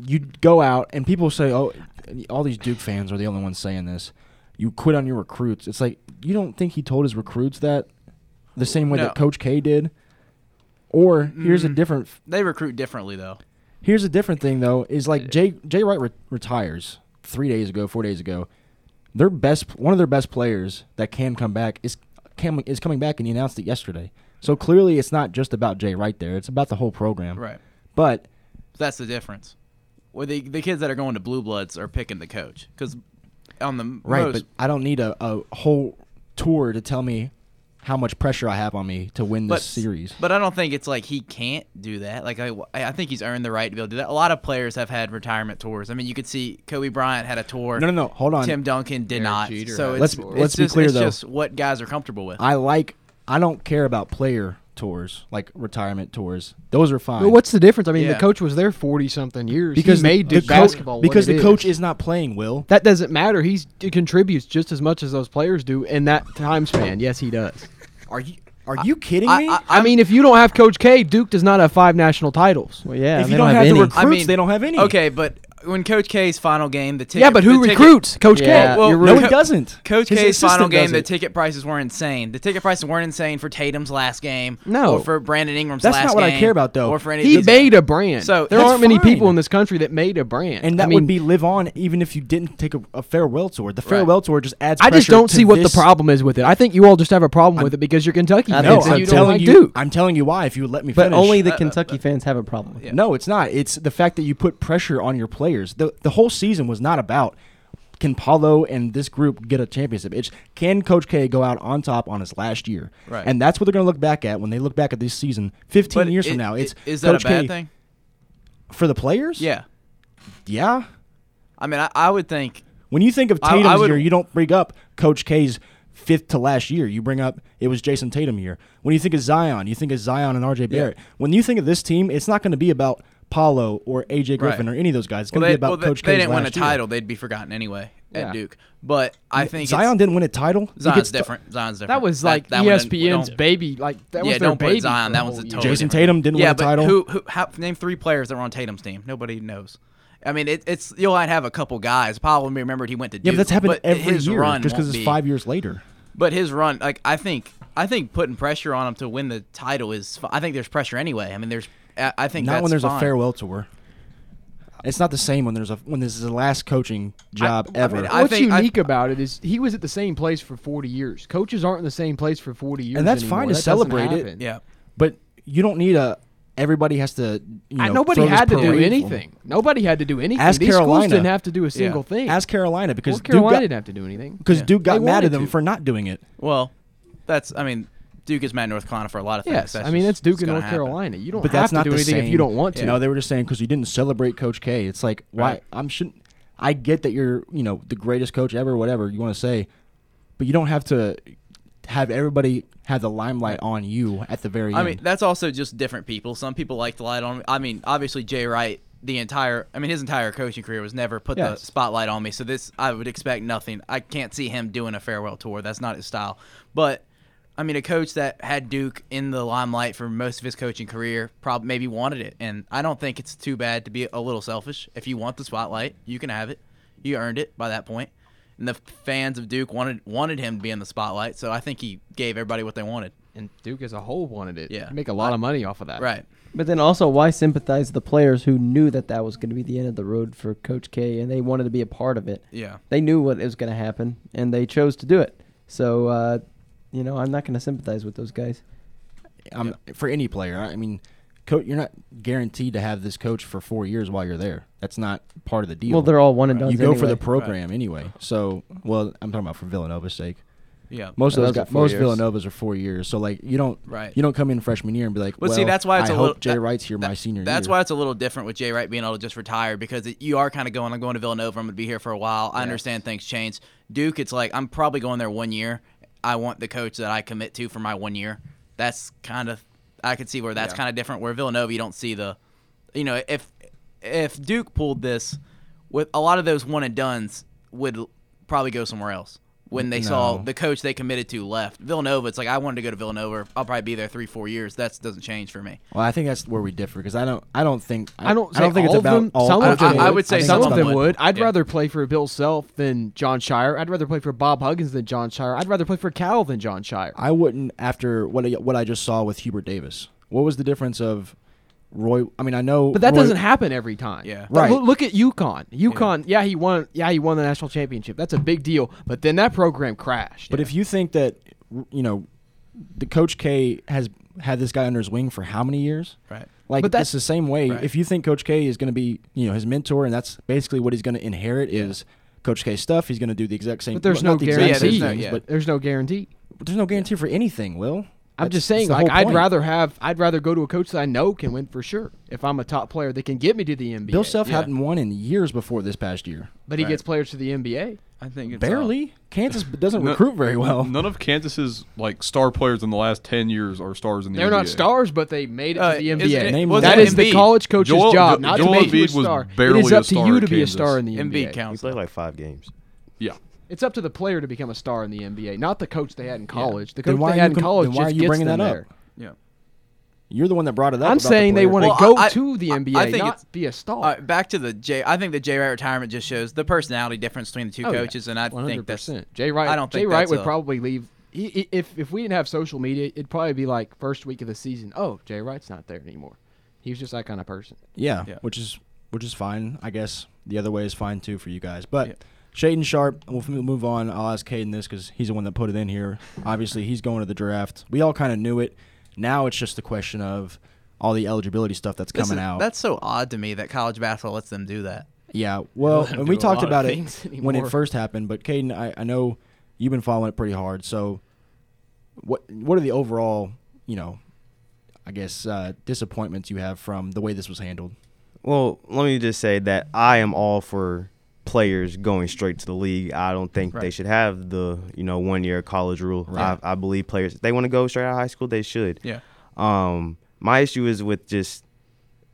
Speaker 2: you go out and people say, "Oh, all these Duke fans are the only ones saying this." You quit on your recruits. It's like you don't think he told his recruits that the same way
Speaker 6: No.
Speaker 2: that Coach K did. Or here's a different
Speaker 6: They recruit differently though.
Speaker 2: Here's a different thing though is like Jay Jay Wright re- retires three days ago, four days ago. Their best one of their best players that can come back is can, is coming back, and he announced it yesterday. So clearly, it's not just about Jay Wright there; it's about the whole program.
Speaker 6: Right.
Speaker 2: But
Speaker 6: That's the difference. Well, the the kids that are going to Blue Bloods are picking the coach because on the
Speaker 2: right,
Speaker 6: most,
Speaker 2: but I don't need a, a whole tour to tell me how much pressure I have on me to win this series.
Speaker 6: But I don't think it's like he can't do that. Like I, I think he's earned the right to be able to do that. A lot of players have had retirement tours. I mean, you could see Kobe Bryant had a tour.
Speaker 2: No, no, no. Hold on.
Speaker 6: Tim Duncan did
Speaker 7: Derek
Speaker 6: not.
Speaker 7: Jeter
Speaker 6: so
Speaker 7: had a
Speaker 2: Let's-
Speaker 6: it's, it's
Speaker 2: let's be
Speaker 6: just,
Speaker 2: clear,
Speaker 6: it's
Speaker 2: though.
Speaker 6: just what guys are comfortable with.
Speaker 2: I like. I don't care about player tours, like retirement tours. Those are fine.
Speaker 7: But what's the difference? I mean,
Speaker 6: Yeah.
Speaker 7: the coach was there forty something years.
Speaker 2: because
Speaker 7: he made
Speaker 2: the,
Speaker 7: Duke
Speaker 2: the coach-
Speaker 7: basketball. what
Speaker 2: because
Speaker 7: it
Speaker 2: the
Speaker 7: is.
Speaker 2: coach is not playing. Will
Speaker 7: That doesn't matter. He's, he contributes just as much as those players do in that time span. Yes, he does.
Speaker 2: Are you are you kidding me?
Speaker 7: I mean, if you don't have Coach K, Duke does not have five national titles.
Speaker 3: Well, yeah.
Speaker 2: if
Speaker 3: they
Speaker 2: you don't, have,
Speaker 3: any.
Speaker 2: the recruits,
Speaker 6: I mean-
Speaker 2: they don't have any.
Speaker 6: okay, but when Coach K's final game, the ticket.
Speaker 7: yeah, but who
Speaker 6: the ticket-
Speaker 7: recruits Coach
Speaker 3: Yeah.
Speaker 7: K?
Speaker 6: Well,
Speaker 7: You're
Speaker 2: no,
Speaker 7: right.
Speaker 2: he doesn't.
Speaker 6: Coach
Speaker 2: His
Speaker 6: K's final
Speaker 2: assistant
Speaker 6: game,
Speaker 2: does
Speaker 6: the
Speaker 2: it.
Speaker 6: ticket prices weren't insane. The ticket prices weren't insane for Tatum's last game.
Speaker 7: No.
Speaker 6: Or for Brandon Ingram's
Speaker 2: That's
Speaker 6: last game.
Speaker 2: not what I care about, though.
Speaker 6: Or for any of
Speaker 7: he
Speaker 6: these-
Speaker 7: made a brand.
Speaker 6: So-
Speaker 7: So there
Speaker 6: That's
Speaker 7: aren't many
Speaker 2: fine.
Speaker 7: people in this country that made a brand.
Speaker 2: and that
Speaker 7: I mean,
Speaker 2: would be live on even if you didn't take a, a farewell tour. The farewell tour just adds.
Speaker 7: I just
Speaker 2: pressure
Speaker 7: don't
Speaker 2: to
Speaker 7: see what the
Speaker 2: this-
Speaker 7: problem is with it. I think you all just have a problem with it because you're Kentucky.
Speaker 3: I
Speaker 7: fans
Speaker 2: No,
Speaker 3: think so.
Speaker 7: and
Speaker 2: I'm
Speaker 7: you
Speaker 2: telling
Speaker 7: don't like
Speaker 2: you.
Speaker 7: Duke.
Speaker 2: I'm telling you why. If you would let me
Speaker 3: But
Speaker 2: finish.
Speaker 3: only the Kentucky fans have a problem with it.
Speaker 2: No, it's not. It's the fact that you put pressure on your players. The the whole season was not about can Paulo and this group get a championship. It's can Coach K go out on top on his last year.
Speaker 6: Right.
Speaker 2: And that's what they're going to look back at when they look back at this season 15
Speaker 6: But
Speaker 2: years
Speaker 6: i-
Speaker 2: from now.
Speaker 6: i-
Speaker 2: It's
Speaker 6: is that
Speaker 2: Coach
Speaker 6: a bad
Speaker 2: K-
Speaker 6: thing?
Speaker 2: for the players?
Speaker 6: Yeah.
Speaker 2: Yeah.
Speaker 6: I mean, I, I would think
Speaker 2: When you think of
Speaker 6: I- I
Speaker 2: Tatum's
Speaker 6: would-
Speaker 2: year, you don't bring up Coach K's fifth to last year. You bring up it was Jason Tatum year. When you think of Zion, you think of Zion and RJ Barrett. When you think of this team, it's not going to be about Paolo or AJ Griffin
Speaker 6: Right.
Speaker 2: or any of those guys. It's going to
Speaker 6: they,
Speaker 2: be about
Speaker 6: well, they-
Speaker 2: Coach
Speaker 6: they
Speaker 2: K's
Speaker 6: didn't win a
Speaker 2: last year.
Speaker 6: title; they'd be forgotten anyway at
Speaker 7: Yeah.
Speaker 6: Duke. But I think
Speaker 2: Zion
Speaker 6: it's,
Speaker 2: didn't win a title. He
Speaker 6: Zion's
Speaker 2: gets t-
Speaker 6: different. Zion's different.
Speaker 7: That was like E
Speaker 6: that E one didn't- we
Speaker 7: ESPN's
Speaker 6: don't-
Speaker 7: baby. Like that was
Speaker 6: yeah,
Speaker 7: their
Speaker 6: don't put
Speaker 7: baby.
Speaker 6: Zion.
Speaker 7: for
Speaker 6: That
Speaker 7: a
Speaker 6: one's a
Speaker 7: whole
Speaker 6: totally
Speaker 7: year.
Speaker 2: Jason
Speaker 6: different-
Speaker 2: Tatum didn't
Speaker 6: yeah,
Speaker 2: win a
Speaker 6: but
Speaker 2: title.
Speaker 6: Who, who, how, name three players that were on Tatum's team. Nobody knows. I mean, it, it's you'll might have a couple guys. Paul will be remembered. He went to Duke.
Speaker 2: yeah, but that's happened every
Speaker 6: his
Speaker 2: year
Speaker 6: Run
Speaker 2: just because
Speaker 6: won't
Speaker 2: it's
Speaker 6: be-
Speaker 2: five years later.
Speaker 6: But his run, like I think, I think putting pressure on him to win the title is. fi- I think there's pressure anyway. I mean, there's. I I think
Speaker 2: Not
Speaker 6: that's
Speaker 2: when there's a
Speaker 6: fine.
Speaker 2: farewell tour. It's not the same when there's a when this is the last coaching job
Speaker 7: I- I
Speaker 2: ever.
Speaker 7: mean,
Speaker 6: I
Speaker 7: What's
Speaker 6: think- I-
Speaker 7: unique about it is he was at the same place for 40 years. Coaches aren't in the same place for 40 years,
Speaker 2: that's
Speaker 7: anymore.
Speaker 2: fine to
Speaker 7: That doesn't
Speaker 2: celebrate it.
Speaker 7: happen.
Speaker 6: Yeah.
Speaker 2: but you don't need a. Everybody has to. You know,
Speaker 7: I- nobody
Speaker 2: throw this
Speaker 7: had to do
Speaker 2: parade.
Speaker 7: anything. Nobody had to do anything.
Speaker 2: Ask
Speaker 7: These
Speaker 2: Carolina.
Speaker 7: schools didn't have to do a single thing.
Speaker 2: Ask Carolina because
Speaker 7: Well, Carolina
Speaker 2: Duke
Speaker 7: didn't
Speaker 2: got,
Speaker 7: have to do anything.
Speaker 2: because Duke got
Speaker 7: They
Speaker 2: mad at
Speaker 7: wanted
Speaker 2: them
Speaker 7: to.
Speaker 2: for not doing it.
Speaker 6: Well, that's. I mean, Duke is mad at North Carolina for a lot of things.
Speaker 7: Yes,
Speaker 6: That's
Speaker 7: I mean
Speaker 6: just-
Speaker 7: it's Duke
Speaker 6: it's
Speaker 7: and
Speaker 6: gonna
Speaker 7: North
Speaker 6: happen.
Speaker 7: Carolina. You don't
Speaker 2: But
Speaker 7: have
Speaker 2: that's
Speaker 7: to
Speaker 2: not
Speaker 7: do
Speaker 2: the
Speaker 7: anything
Speaker 2: same.
Speaker 7: if you don't want to.
Speaker 2: No, they were just saying because you didn't celebrate Coach K. It's like why
Speaker 6: Right.
Speaker 2: I'm shouldn't. I get that you're you know the greatest coach ever, whatever you want to say, but you don't have to have everybody have the limelight on you at the very
Speaker 6: I
Speaker 2: end.
Speaker 6: mean, that's also just different people. Some people like to light on. I mean, obviously Jay Wright, the entire, I mean, his entire coaching career was never put
Speaker 2: Yes.
Speaker 6: the spotlight on me. So this, I would expect nothing. I can't see him doing a farewell tour. That's not his style. But I mean, a coach that had Duke in the limelight for most of his coaching career probably maybe wanted it, and I don't think it's too bad to be a little selfish. If you want the spotlight, you can have it. You earned it by that point. And the fans of Duke wanted wanted him to be in the spotlight, so I think he gave everybody what they wanted.
Speaker 7: and Duke as a whole wanted it.
Speaker 6: Yeah.
Speaker 7: make a lot of money off of that.
Speaker 6: Right.
Speaker 3: But then also, why sympathize the players who knew that that was going to be the end of the road for Coach K, and they wanted to be a part of it.
Speaker 6: Yeah.
Speaker 3: They knew what was going to happen, and they chose to do it. So, uh, you know, I'm not going to sympathize with those guys.
Speaker 2: I'm, for any player. I mean, coach, you're not guaranteed to have this coach for four years while you're there. That's not part of the deal.
Speaker 3: Well, they're all one and done.
Speaker 2: you go for the program anyway. So, well, I'm talking about for Villanova's sake.
Speaker 6: Yeah.
Speaker 2: Most of
Speaker 3: Yeah,
Speaker 2: those
Speaker 3: those are
Speaker 2: guys,
Speaker 3: four
Speaker 2: most
Speaker 3: years.
Speaker 2: Villanovas are four years. So like you don't
Speaker 6: Right.
Speaker 2: you don't come in freshman year and be like,
Speaker 6: Well,
Speaker 2: well,
Speaker 6: see, that's why it's
Speaker 2: I
Speaker 6: a
Speaker 2: hope
Speaker 6: little-
Speaker 2: Jay
Speaker 6: that-
Speaker 2: Wright's here my senior
Speaker 6: That's
Speaker 2: year.
Speaker 6: why it's a little different with Jay Wright being able to just retire because it, you are kind of going. I'm going to Villanova. I'm going to be here for a while. I understand things change. Duke, it's like I'm probably going there one year. I want the coach that I commit to for my one year. That's kind of I could see where that's kind of different. Where Villanova, you don't see the, you know, if if Duke pulled this with a lot of those one and duns would probably go somewhere else. when they saw
Speaker 2: No.
Speaker 6: the coach they committed to left. Villanova, it's like I wanted to go to Villanova. I'll probably be there three, four years. That doesn't change for me.
Speaker 2: Well, I think that's where we differ because I don't. I don't think.
Speaker 7: I don't. Say
Speaker 2: I don't think
Speaker 7: all
Speaker 2: it's about
Speaker 7: of them.
Speaker 2: all.
Speaker 7: some
Speaker 6: I-
Speaker 7: of them
Speaker 6: I- I would say
Speaker 2: think it's
Speaker 7: some of
Speaker 2: about-
Speaker 7: them
Speaker 6: would.
Speaker 7: would. I'd
Speaker 6: Yeah.
Speaker 7: rather play for Bill Self than John Shire. I'd rather play for Bob Huggins than John Shire. I'd rather play for Cal than John Shire.
Speaker 2: I wouldn't after what I, what I just saw with Hubert Davis. What was the difference of Roy? I mean, I know,
Speaker 7: But that
Speaker 2: Roy-
Speaker 7: doesn't happen every time.
Speaker 6: Yeah.
Speaker 2: Right.
Speaker 7: Look, look at UConn. UConn. Yeah. he won. Yeah, he won the national championship. That's a big deal. But then that program crashed.
Speaker 2: But if you think that you know, the coach K has had this guy under his wing for how many years?
Speaker 6: Right.
Speaker 2: Like
Speaker 7: But
Speaker 2: that's
Speaker 7: that-
Speaker 2: the same way.
Speaker 6: Right.
Speaker 2: If you think Coach K is going to be you know his mentor, and that's basically what he's going to inherit is Coach K stuff. He's going to do the exact same.
Speaker 7: But there's
Speaker 2: well,
Speaker 7: no
Speaker 2: not the exact same
Speaker 7: guarantee.
Speaker 6: no-
Speaker 2: things,
Speaker 6: yeah.
Speaker 2: but
Speaker 7: there's no guarantee.
Speaker 2: but there's no guarantee for anything. Will
Speaker 7: I'm
Speaker 2: That's-
Speaker 7: just saying,
Speaker 2: that's the
Speaker 7: like,
Speaker 2: whole
Speaker 7: I'd
Speaker 2: point.
Speaker 7: rather have, I'd rather go to a coach that I know can win for sure. If I'm a top player, that can get me to the NBA.
Speaker 2: Bill Self
Speaker 6: yeah.
Speaker 2: hadn't won in years before this past year.
Speaker 7: but he
Speaker 6: Right.
Speaker 7: gets players to the NBA.
Speaker 6: I think it's uh,
Speaker 2: Barely. Kansas doesn't
Speaker 4: No-
Speaker 2: recruit very well.
Speaker 4: None of Kansas's like star players in the last ten years are stars in the
Speaker 7: They're not
Speaker 4: NBA.
Speaker 7: stars, but they made it
Speaker 6: Uh,
Speaker 7: to the
Speaker 6: isn't
Speaker 7: NBA.
Speaker 6: it-
Speaker 2: Name
Speaker 6: wasn't
Speaker 7: that
Speaker 2: it
Speaker 7: is the
Speaker 6: Embiid?
Speaker 7: college coach's
Speaker 4: Joel-
Speaker 7: job,
Speaker 4: Jo-
Speaker 7: not
Speaker 4: Joel
Speaker 7: to make you a
Speaker 4: Embiid was
Speaker 7: star.
Speaker 4: barely
Speaker 7: it is
Speaker 4: a
Speaker 7: up to
Speaker 4: star
Speaker 7: you
Speaker 4: at
Speaker 7: to be a
Speaker 4: Kansas.
Speaker 7: star in the NBA.
Speaker 6: Embiid
Speaker 5: He
Speaker 6: counts.
Speaker 5: played like five games.
Speaker 4: Yeah,
Speaker 7: It's up to the player to become a star in the NBA, not the coach they had in college. The
Speaker 2: Then
Speaker 7: coach
Speaker 2: why
Speaker 7: they
Speaker 2: are you
Speaker 7: had in
Speaker 2: com-
Speaker 7: college
Speaker 2: then why are
Speaker 7: just
Speaker 2: you
Speaker 7: gets
Speaker 2: bringing
Speaker 7: them
Speaker 2: that up?
Speaker 7: there.
Speaker 6: Yeah.
Speaker 2: You're the one that brought it up.
Speaker 7: I'm
Speaker 2: about the
Speaker 7: saying they
Speaker 2: player.
Speaker 7: want to
Speaker 6: Well,
Speaker 7: go
Speaker 6: I- I-
Speaker 7: to the
Speaker 6: I- I
Speaker 7: NBA,
Speaker 6: think it's-
Speaker 7: not be a star.
Speaker 6: All right, back to the J. I think the Jay Wright retirement just shows the personality difference between the two
Speaker 7: Oh, yeah.
Speaker 6: coaches, and I think that's
Speaker 7: 100%. Jay Wright.
Speaker 6: I don't
Speaker 7: Jay
Speaker 6: think
Speaker 7: Wright
Speaker 6: that's
Speaker 7: would
Speaker 6: a-
Speaker 7: probably leave. He, he- if if we didn't have social media, it'd probably be like first week of the season. Oh, Jay Wright's not there anymore. He was just that kind of person.
Speaker 2: Yeah,
Speaker 6: Yeah.
Speaker 2: which is which is fine. I guess the other way is fine too for you guys. But
Speaker 6: Yeah.
Speaker 2: Shaden Sharp, we'll f- move on. I'll ask Caden this because he's the one that put it in here. Obviously, he's going to the draft. We all kind of knew it. Now it's just a question of all the eligibility stuff that's
Speaker 6: this
Speaker 2: coming
Speaker 6: is-
Speaker 2: out.
Speaker 6: That's so odd to me that college basketball lets them do that.
Speaker 2: yeah. Well,
Speaker 6: Let him
Speaker 2: and we
Speaker 6: do a
Speaker 2: talked
Speaker 6: lot of
Speaker 2: about it
Speaker 7: things
Speaker 2: when it
Speaker 7: anymore.
Speaker 2: first happened. But Caden, I, I know you've been following it pretty hard. So, what what are the overall, you know, I guess uh, disappointments you have from the way this was handled?
Speaker 5: Well, let me just say that I am all for players going straight to the league. I don't think they
Speaker 6: Right.
Speaker 5: should have the you know one year college rule. I, I believe players if they want to go straight out of high school, they should.
Speaker 6: Yeah.
Speaker 5: Um, my issue is with just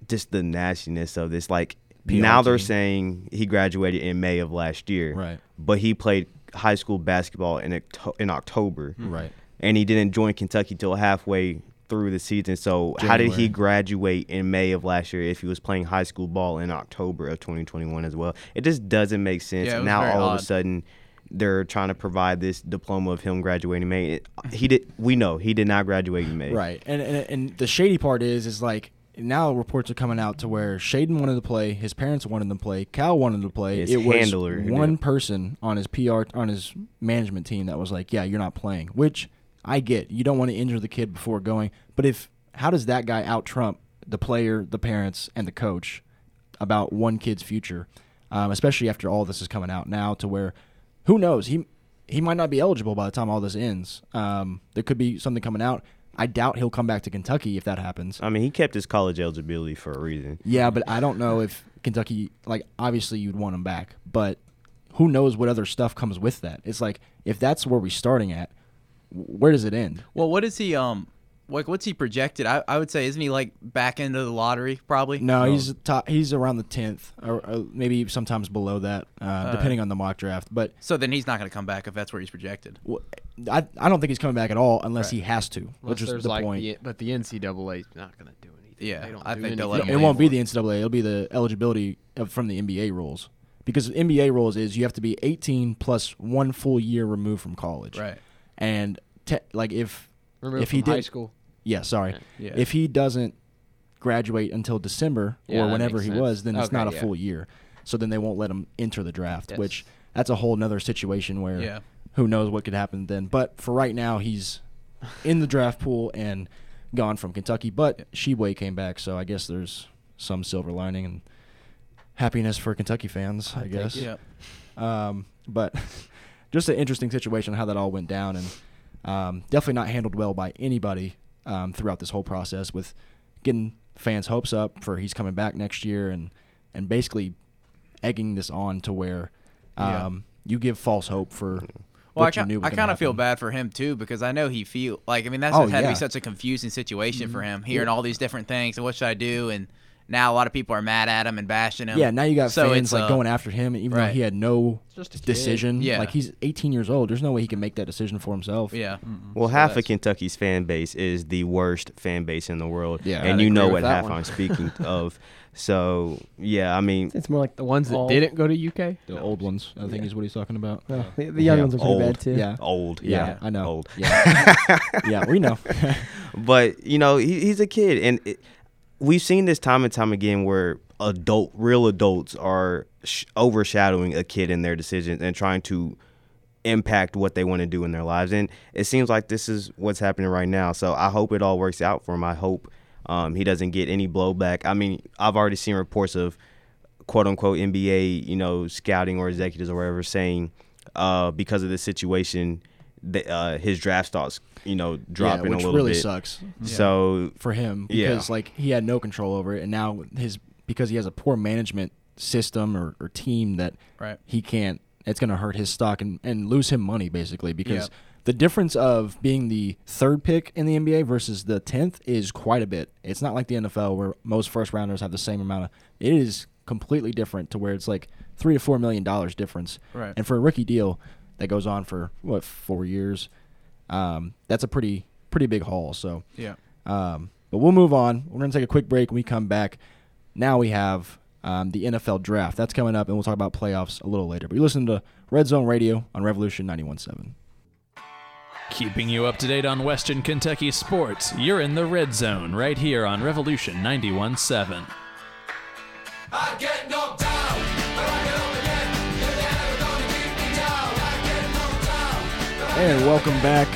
Speaker 5: just the nastiness of this. Like now they're
Speaker 2: PRT.
Speaker 5: saying he graduated in May of last year,
Speaker 2: Right.
Speaker 5: But he played high school basketball in Octo- in October,
Speaker 6: Mm.
Speaker 2: Right.
Speaker 5: and he didn't join Kentucky till halfway through the season. So how did
Speaker 2: January.
Speaker 5: he graduate in May of last year if he was playing high school ball in October of 2021 as well? It just doesn't make sense.
Speaker 6: Yeah, it was
Speaker 5: now
Speaker 6: very
Speaker 5: all of
Speaker 6: odd.
Speaker 5: a sudden they're trying to provide this diploma of him graduating in May. It- he did we know he did not graduate in May.
Speaker 2: Right. And, and and the shady part is is like now reports are coming out to where Shaden wanted to play, his parents wanted him to play, Cal wanted him to play.
Speaker 5: His
Speaker 2: it was
Speaker 5: handler who
Speaker 2: one
Speaker 5: did.
Speaker 2: person on his PR on his management team that was like, "Yeah, you're not playing." Which I get. You don't want to injure the kid before going, but if how does that guy out trump the player, the parents, and the coach about one kid's future? Um, especially after all this is coming out now, to where who knows he he might not be eligible by the time all this ends. Um, there could be something coming out. I doubt he'll come back to Kentucky if that happens.
Speaker 5: I mean, he kept his college eligibility for a reason.
Speaker 2: Yeah, but I don't know if Kentucky like obviously you'd want him back, but who knows what other stuff comes with that? It's like if that's where we're starting at, w- where does it end?
Speaker 6: Well, what is he? Um, like what's he projected? I, I would say isn't he like back into the lottery probably?
Speaker 2: No, he's top, he's around the tenth, or, uh maybe sometimes below that, uh, depending on the mock draft. But
Speaker 6: So then he's not going to come back if that's where he's projected.
Speaker 2: w- I, I don't think he's coming back at all unless he has to, which
Speaker 7: Unless
Speaker 2: is
Speaker 7: there's
Speaker 2: the
Speaker 7: like
Speaker 2: point.
Speaker 7: the- but the NCAA's not going to do anything.
Speaker 6: Yeah,
Speaker 7: they don't
Speaker 6: I
Speaker 7: do
Speaker 6: think they'll let
Speaker 7: anything.
Speaker 6: him
Speaker 2: it won't be the NCAA. It'll be the eligibility of, from the NBA rules because the NBA rules is you have to be 18 plus one full year removed from college.
Speaker 6: Right.
Speaker 2: And te- like if
Speaker 7: Removed
Speaker 2: if he
Speaker 7: from high
Speaker 2: did-
Speaker 7: school.
Speaker 2: yeah, sorry,
Speaker 6: Yeah.
Speaker 2: if he doesn't graduate until December
Speaker 7: Yeah,
Speaker 2: or
Speaker 7: that
Speaker 2: whenever
Speaker 7: makes
Speaker 2: he
Speaker 7: sense.
Speaker 2: was, then it's
Speaker 7: Okay,
Speaker 2: not a
Speaker 7: yeah.
Speaker 2: full year. So then they won't let him enter the draft,
Speaker 7: Yes.
Speaker 2: which that's a whole nother situation where
Speaker 6: Yeah.
Speaker 2: who knows what could happen then. But for right now, he's in the draft pool and gone from Kentucky. But Sheboy came back, so I guess there's some silver lining and happiness for Kentucky fans, I, guess.
Speaker 6: Yeah.
Speaker 2: Um, but just an interesting situation how that all went down, and um, definitely not handled well by anybody um, throughout this whole process with getting fans' hopes up for he's coming back next year, and and basically egging this on to where
Speaker 6: Yeah.
Speaker 2: um, you give false hope for.
Speaker 6: Well, I,
Speaker 2: what you knew was gonna
Speaker 6: kind of feel
Speaker 2: happen.
Speaker 6: bad for him too because I know he feel like I mean that's
Speaker 2: Oh,
Speaker 6: had to
Speaker 2: yeah.
Speaker 6: be such a confusing situation for him hearing all these different things and what should I do and Now a lot of people are mad at him and bashing him.
Speaker 2: Yeah, now you got
Speaker 6: So
Speaker 2: fans
Speaker 6: it's,
Speaker 2: like
Speaker 6: uh,
Speaker 2: going after him, and even though
Speaker 6: right.
Speaker 2: he had no
Speaker 7: just a kid.
Speaker 2: decision,
Speaker 6: Yeah.
Speaker 2: like he's 18 years old. There's no way he can make that decision for himself.
Speaker 6: Yeah.
Speaker 5: Well, half of
Speaker 6: that's-
Speaker 5: Kentucky's fan base is the worst fan base in the world,
Speaker 2: Yeah,
Speaker 5: and
Speaker 7: I'd
Speaker 5: you know
Speaker 7: agree
Speaker 5: what
Speaker 7: with that
Speaker 5: half
Speaker 7: one.
Speaker 5: I'm speaking of. So yeah, I mean,
Speaker 3: It's more like
Speaker 7: The ones that
Speaker 3: All-
Speaker 7: didn't go to UK.
Speaker 2: The old ones, I think, is what he's talking about.
Speaker 3: no, the, the young
Speaker 5: Yeah,
Speaker 3: ones are pretty
Speaker 5: old.
Speaker 3: bad too.
Speaker 2: Yeah.
Speaker 5: old.
Speaker 2: Yeah,
Speaker 5: Yeah,
Speaker 2: I know.
Speaker 5: Old.
Speaker 2: Yeah, yeah, we know.
Speaker 5: But you know, he, he's a kid, and it, we've seen this time and time again where adult, real adults, are sh- overshadowing a kid in their decisions and trying to impact what they want to do in their lives. And it seems like this is what's happening right now. So I hope it all works out for him. I hope um, he doesn't get any blowback. I mean, I've already seen reports of quote unquote NBA, you know, scouting or executives or whatever saying uh, because of this situation, that uh, his draft stocks, you know, dropping
Speaker 2: yeah, which
Speaker 5: a little
Speaker 2: really
Speaker 5: bit.
Speaker 2: sucks
Speaker 5: So
Speaker 2: for him
Speaker 5: Yeah.
Speaker 2: because like he had no control over it, and now his because he has a poor management system or, or team that
Speaker 6: Right.
Speaker 2: he can't. It's going to hurt his stock and and lose him money basically because.
Speaker 6: Yeah.
Speaker 2: The difference of being the third pick in the NBA versus the tenth is quite a bit. It's not like the NFL where most first rounders have the same amount of. It is completely different to where it's like three to four million dollars difference.
Speaker 6: Right.
Speaker 2: And for a rookie deal that goes on for what four years, um, that's a pretty pretty big haul. So
Speaker 6: Yeah.
Speaker 2: um, but we'll move on. We're going to take a quick break. When we come back, now we have um, the NFL draft. That's coming up, and we'll talk about playoffs a little later. But you listen to Red Zone Radio on Revolution 91.7.
Speaker 1: Keeping you up to date on Western Kentucky sports, you're in the red zone right here on Revolution 91.7.
Speaker 2: And welcome back.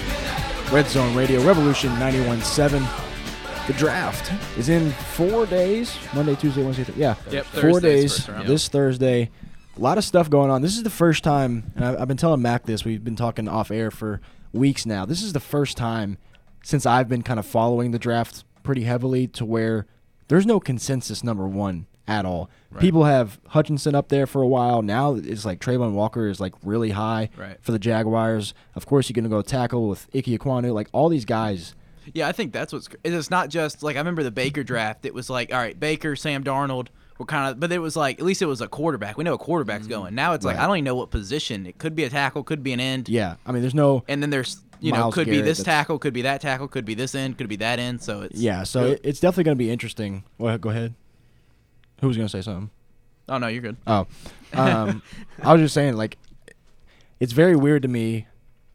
Speaker 2: Red Zone Radio Revolution 91.7. The draft is in four days Monday, Tuesday, Wednesday, Thursday. Yeah.
Speaker 6: Yep,
Speaker 2: four
Speaker 6: Thursday's
Speaker 2: days
Speaker 6: first round.
Speaker 2: this Thursday. A lot of stuff going on. This is the first time, and I- I've been telling Mac this. We've been talking off air for weeks now. This is the first time since I've been kind of following the draft pretty heavily to where there's no consensus number one at all. People have Hutchinson up there for a while. Now it's like Trayvon Walker is like really high
Speaker 6: Right.
Speaker 2: for the Jaguars. Of course, you're going to go tackle with Ike Aquanu. Like all these guys.
Speaker 6: Yeah, I think that's what's. cr- It's not just like I remember the Baker draft. It was like, all right, Baker, Sam Darnold were kind of, but it was like at least it was a quarterback. We know a quarterback's going. Now it's like I don't even know what position. It could be a tackle, could be an end.
Speaker 2: Yeah. I mean, there's no.
Speaker 6: And then there's you know
Speaker 2: Myles
Speaker 6: could be
Speaker 2: Garrett,
Speaker 6: this
Speaker 2: that's-
Speaker 6: tackle, could be that tackle, could be this end, could be that end. So it's
Speaker 2: Yeah, so it, it's definitely going to be interesting. Well, go ahead. Who was going to say something?
Speaker 6: Oh no, you're good.
Speaker 2: Oh, um, I was just saying, like, it's very weird to me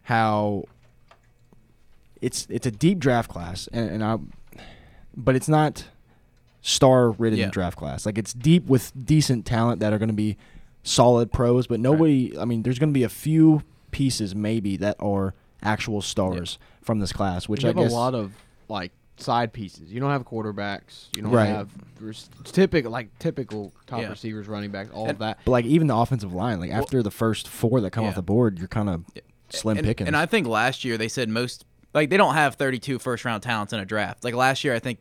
Speaker 2: how it's it's a deep draft class, and, and I, but it's not star ridden
Speaker 6: Yeah.
Speaker 2: draft class. Like, it's deep with decent talent that are going to be solid pros, but nobody. I mean, there's going to be a few pieces maybe that are actual stars from this class, which
Speaker 7: you
Speaker 2: I
Speaker 7: have
Speaker 2: guess
Speaker 7: a lot of like side pieces. You don't have quarterbacks. You don't
Speaker 2: Right.
Speaker 7: have typical like typical top
Speaker 6: Yeah.
Speaker 7: receivers, running backs, all of that.
Speaker 2: But like even the offensive line, like after the first four that come off
Speaker 6: yeah.
Speaker 2: the board, you're kind of slim
Speaker 6: and,
Speaker 2: pickings.
Speaker 6: and I think last year they said most like they don't have 32 first round talents in a draft. Like last year, I think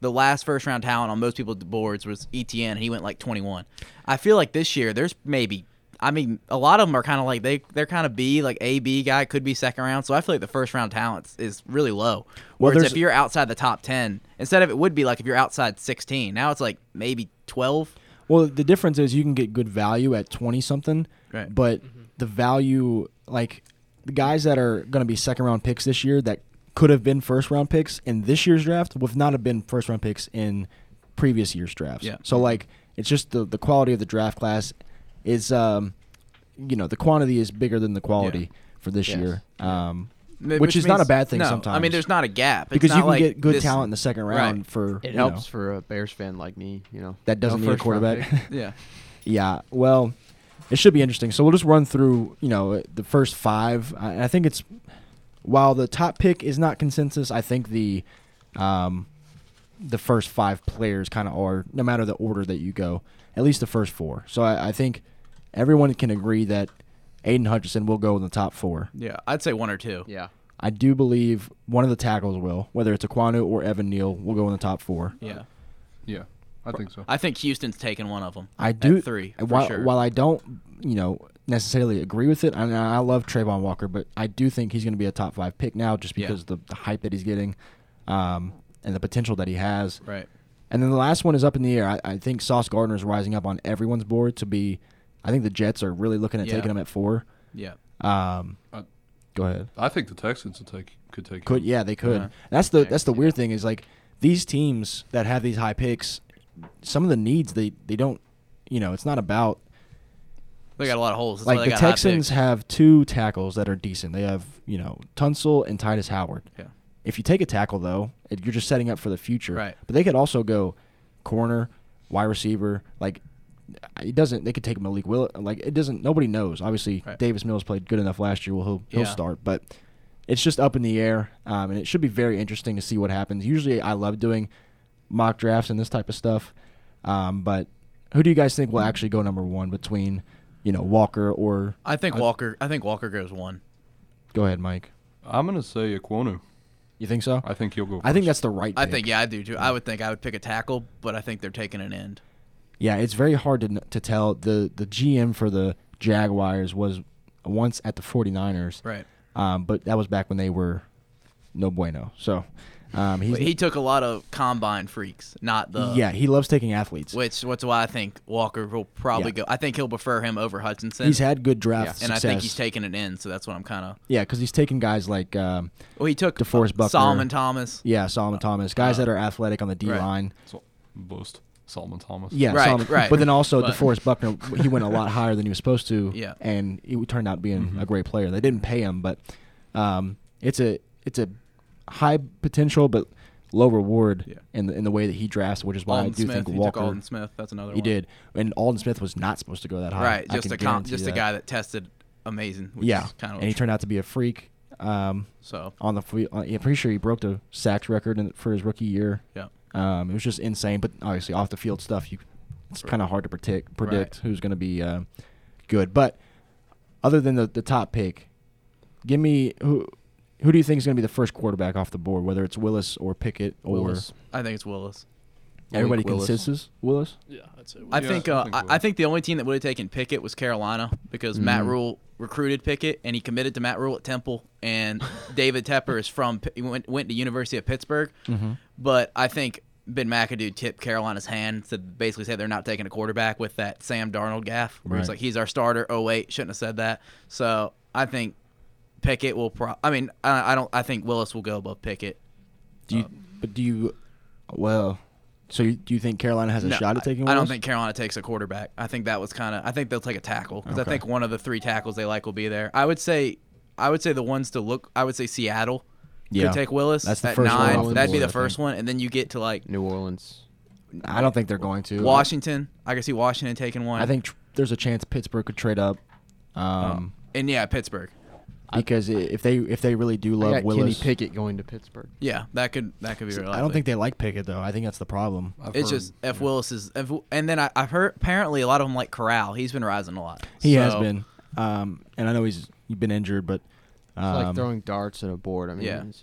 Speaker 6: the last first round talent on most people's boards was ETN, and he went like 21. I feel like this year there's maybe. I mean, a lot of them are kind of like they they're kind of B like A B guy could be second round. So I feel like the first round talents is really
Speaker 2: Well,
Speaker 6: low. Whereas
Speaker 2: there's-
Speaker 6: if you're outside the top 10, instead of it would be like if you're outside 16, now it's like maybe 12.
Speaker 2: well, the difference is you can get good value at twenty something,
Speaker 6: Right.
Speaker 2: but
Speaker 7: Mm-hmm.
Speaker 2: the value like the guys that are going to be second round picks this year that could have been first round picks in this year's draft would not have been first round picks in previous year's drafts.
Speaker 6: Yeah.
Speaker 2: So like it's just the the quality of the draft class is um you know the quantity is bigger than the quality for this
Speaker 7: Yes.
Speaker 2: year. Um, Which is not a
Speaker 6: means-
Speaker 2: bad thing
Speaker 6: no, I
Speaker 2: sometimes.
Speaker 6: mean, there's not a gap It's
Speaker 2: because you
Speaker 6: not
Speaker 2: can
Speaker 6: like
Speaker 2: get good
Speaker 6: this-
Speaker 2: talent in the second
Speaker 6: Right.
Speaker 2: round for
Speaker 7: It
Speaker 2: you know,
Speaker 7: helps for a Bears fan like me. You know
Speaker 2: that doesn't
Speaker 7: No
Speaker 2: need a
Speaker 7: first round
Speaker 2: quarterback.
Speaker 7: pick.
Speaker 6: Yeah.
Speaker 2: yeah, well, it should be interesting. So we'll just run through, you know, the first five. I, I think it's while the top pick is not consensus, I think the um, the first five players kind of are, no matter the order that you go, at least the first four. So I, I think everyone can agree that Aiden Hutchinson will go in the top four.
Speaker 6: Yeah. I'd say one or two.
Speaker 7: yeah.
Speaker 2: I do believe one of the tackles will, whether it's Aquanu or Evan Neal, will go in the top four.
Speaker 6: Yeah.
Speaker 4: Yeah, I think so.
Speaker 6: I think Houston's taken one of them.
Speaker 2: I do
Speaker 6: at three. For
Speaker 2: while,
Speaker 6: sure.
Speaker 2: while I don't, you know, necessarily agree with it, I, mean, I love Trayvon Walker, but I do think he's going to be a top five pick now, just
Speaker 6: Yeah.
Speaker 2: because of the, the hype that he's getting, um, and the potential that he has.
Speaker 6: right.
Speaker 2: And then the last one is up in the air. I, I think Sauce Gardner is rising up on everyone's board to be. I think the Jets are really looking at
Speaker 6: Yeah.
Speaker 2: taking him at four.
Speaker 6: Yeah. Uh,
Speaker 2: Um,
Speaker 4: I-
Speaker 2: go ahead.
Speaker 4: I think the Texans will take could take.
Speaker 2: Could
Speaker 4: him.
Speaker 2: yeah, they could.
Speaker 6: Uh-huh.
Speaker 2: That's the that's the weird thing is like these teams that have these high picks, some of the needs they they don't, you know, it's not about
Speaker 6: They got a lot of holes. That's why
Speaker 2: like
Speaker 6: they
Speaker 2: the
Speaker 6: got high
Speaker 2: Texans
Speaker 6: picks.
Speaker 2: have two tackles that are decent. They have you know Tunsil and Titus Howard.
Speaker 6: Yeah.
Speaker 2: If you take a tackle though, it- you're just setting up for the future.
Speaker 6: Right.
Speaker 2: But they could also go corner, wide receiver. Like it doesn't. They could take Malik Willis. Like it doesn't. Nobody knows. Obviously,
Speaker 6: Right.
Speaker 2: Davis Mills played good enough last year. Well, he'll he'll
Speaker 6: Yeah.
Speaker 2: start. But it's just up in the air, um, and it should be very interesting to see what happens. Usually, I love doing mock drafts and this type of stuff. Um, but who do you guys think will actually go number one between, you know, Walker or
Speaker 6: I think Walker. I think Walker goes one.
Speaker 2: Go ahead, Mike.
Speaker 4: I'm gonna say Aquonu.
Speaker 2: You think so?
Speaker 4: I think he'll go.
Speaker 2: I think
Speaker 4: first.
Speaker 2: that's the right.
Speaker 6: I
Speaker 2: pick.
Speaker 6: think yeah, I do too. I would think I would pick a tackle, but I think they're taking an end.
Speaker 2: Yeah, it's very hard to, to tell. The the GM for the Jaguars was once at the 49ers,
Speaker 6: Right.
Speaker 2: um, but that was back when they were no bueno. So um, he's,
Speaker 6: But he took a lot of combine freaks, not the
Speaker 2: yeah, he loves taking athletes.
Speaker 6: Which what's why I think Walker will probably
Speaker 2: Yeah.
Speaker 6: go. I think he'll prefer him over Hutchinson.
Speaker 2: He's had good draft
Speaker 6: and I
Speaker 2: success.
Speaker 6: think he's taking an end, so that's what I'm kind of.
Speaker 2: yeah, because he's taken guys like um,
Speaker 6: Well, he took
Speaker 2: DeForest
Speaker 6: uh,
Speaker 2: Buckner.
Speaker 6: Solomon Thomas.
Speaker 2: yeah Solomon Thomas, guys that are athletic on the D
Speaker 6: Oh, right.
Speaker 2: line.
Speaker 4: So, boast Solomon Thomas.
Speaker 2: Yeah,
Speaker 6: Right,
Speaker 2: Solomon-
Speaker 6: right.
Speaker 2: But then also
Speaker 6: But-
Speaker 2: DeForest Buckner, he went a lot higher than he was supposed to.
Speaker 6: Yeah. Mm-hmm.
Speaker 2: and he turned out being a great player. They didn't pay him, but um, it's a it's a high potential but low reward
Speaker 6: Yeah.
Speaker 2: in the in the way that he drafts, which is why
Speaker 6: Alden
Speaker 2: I do
Speaker 6: Smith.
Speaker 2: think
Speaker 6: he took
Speaker 2: Walker.
Speaker 6: Alden Smith. That's another
Speaker 2: he
Speaker 6: one.
Speaker 2: did, and Alden Smith was not supposed to go that high.
Speaker 6: Right.
Speaker 2: I
Speaker 6: Just
Speaker 2: can
Speaker 6: a com-
Speaker 2: guarantee
Speaker 6: just a
Speaker 2: that.
Speaker 6: guy that tested amazing. Which
Speaker 2: yeah,
Speaker 6: Is kind of
Speaker 2: and he turned out to be a freak. Um,
Speaker 6: so
Speaker 2: on the free, uh, I'm pretty sure he broke the sacks record in, for his rookie year.
Speaker 6: yeah.
Speaker 2: Um, it was just insane, but obviously off the field stuff, you it's kind of hard to predict predict who's going to be uh, good. But other than the, the top pick, give me who who do you think is going to be the first quarterback off the board? Whether it's Willis or Pickett or
Speaker 4: Willis.
Speaker 6: I think it's Willis.
Speaker 2: everybody
Speaker 4: Malik Willis.
Speaker 2: consensus Willis.
Speaker 9: Yeah, I'd say.
Speaker 6: I
Speaker 4: Yeah,
Speaker 6: think
Speaker 4: I
Speaker 6: uh,
Speaker 4: think
Speaker 6: I,
Speaker 4: Will.
Speaker 6: I think the only team that would have taken Pickett was Carolina because
Speaker 4: Mm.
Speaker 6: Matt Rule recruited Pickett and he committed to Matt Rule at Temple and David Tepper is from P- went, went to University of Pittsburgh,
Speaker 4: Mm-hmm.
Speaker 6: but I think Ben McAdoo tipped Carolina's hand to basically say they're not taking a quarterback with that Sam Darnold gaff where he's
Speaker 2: Right.
Speaker 6: like he's our starter. Oh wait, shouldn't have said that. So I think Pickett will. Pro- I mean I, I don't. I think Willis will go above Pickett.
Speaker 2: Do
Speaker 6: Uh,
Speaker 2: you? but do you? Well, so you, do you think Carolina has a
Speaker 6: No,
Speaker 2: shot at taking?
Speaker 6: I,
Speaker 2: Willis?
Speaker 6: I don't think Carolina takes a quarterback. I think that was kind of. I think they'll take a tackle because I think one of the three tackles they like will be there. I would say, I would say the ones to look. I would say Seattle
Speaker 2: Yeah.
Speaker 6: could take Willis.
Speaker 2: That's the
Speaker 6: at
Speaker 2: first one
Speaker 6: nine.
Speaker 7: off the
Speaker 6: That'd be
Speaker 7: board,
Speaker 6: the
Speaker 7: I
Speaker 6: first one, and then you get to like
Speaker 7: New Orleans.
Speaker 2: I don't think they're going to
Speaker 6: Washington. I could see Washington taking one.
Speaker 2: I think tr- there's a chance Pittsburgh could trade up.
Speaker 7: Oh.
Speaker 2: Um,
Speaker 6: and yeah, Pittsburgh.
Speaker 2: because i if they if they really do
Speaker 7: I
Speaker 2: love
Speaker 7: got
Speaker 2: Willis,
Speaker 7: Kenny Pickett going to Pittsburgh.
Speaker 6: Yeah, that could that could be. Real
Speaker 2: I don't think they like Pickett though. I think that's the problem.
Speaker 4: I've
Speaker 6: It's
Speaker 4: heard-
Speaker 6: just F. Willis is, if, and then I, I've heard apparently a lot of them like Corral. He's been rising a lot.
Speaker 2: He has
Speaker 6: So,
Speaker 2: been, um, and I know he's he's been injured, but
Speaker 7: It's
Speaker 2: um,
Speaker 7: like throwing darts at a board. I mean,
Speaker 6: yeah.
Speaker 7: it's-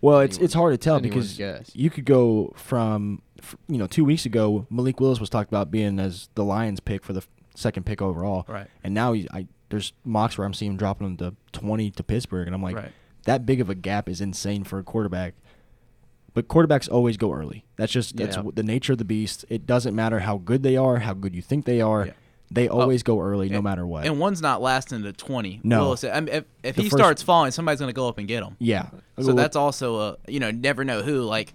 Speaker 2: well, it's
Speaker 7: anyone's-
Speaker 2: it's hard to tell
Speaker 7: anyone's
Speaker 2: because
Speaker 7: guess.
Speaker 2: you could go from f- you know two weeks ago Malik Willis was talked about being as the Lions pick for the f- second pick overall,
Speaker 6: Right.
Speaker 2: And now he, I there's mocks where I'm seeing him dropping him to 20 to Pittsburgh, and I'm like,
Speaker 6: Right.
Speaker 2: that big of a gap is insane for a quarterback. But quarterbacks always go early. That's just that's
Speaker 7: Yeah.
Speaker 2: w the nature of the beast. It doesn't matter how good they are, how good you think they are.
Speaker 6: Yeah. Oh.
Speaker 2: They always go early, no matter what.
Speaker 6: And one's not lasting to twenty.
Speaker 2: No.
Speaker 6: Willis, I mean, if if
Speaker 2: The
Speaker 6: he
Speaker 2: first-
Speaker 6: starts falling, somebody's gonna go up and get him.
Speaker 2: yeah.
Speaker 6: So that's also a you know never know who like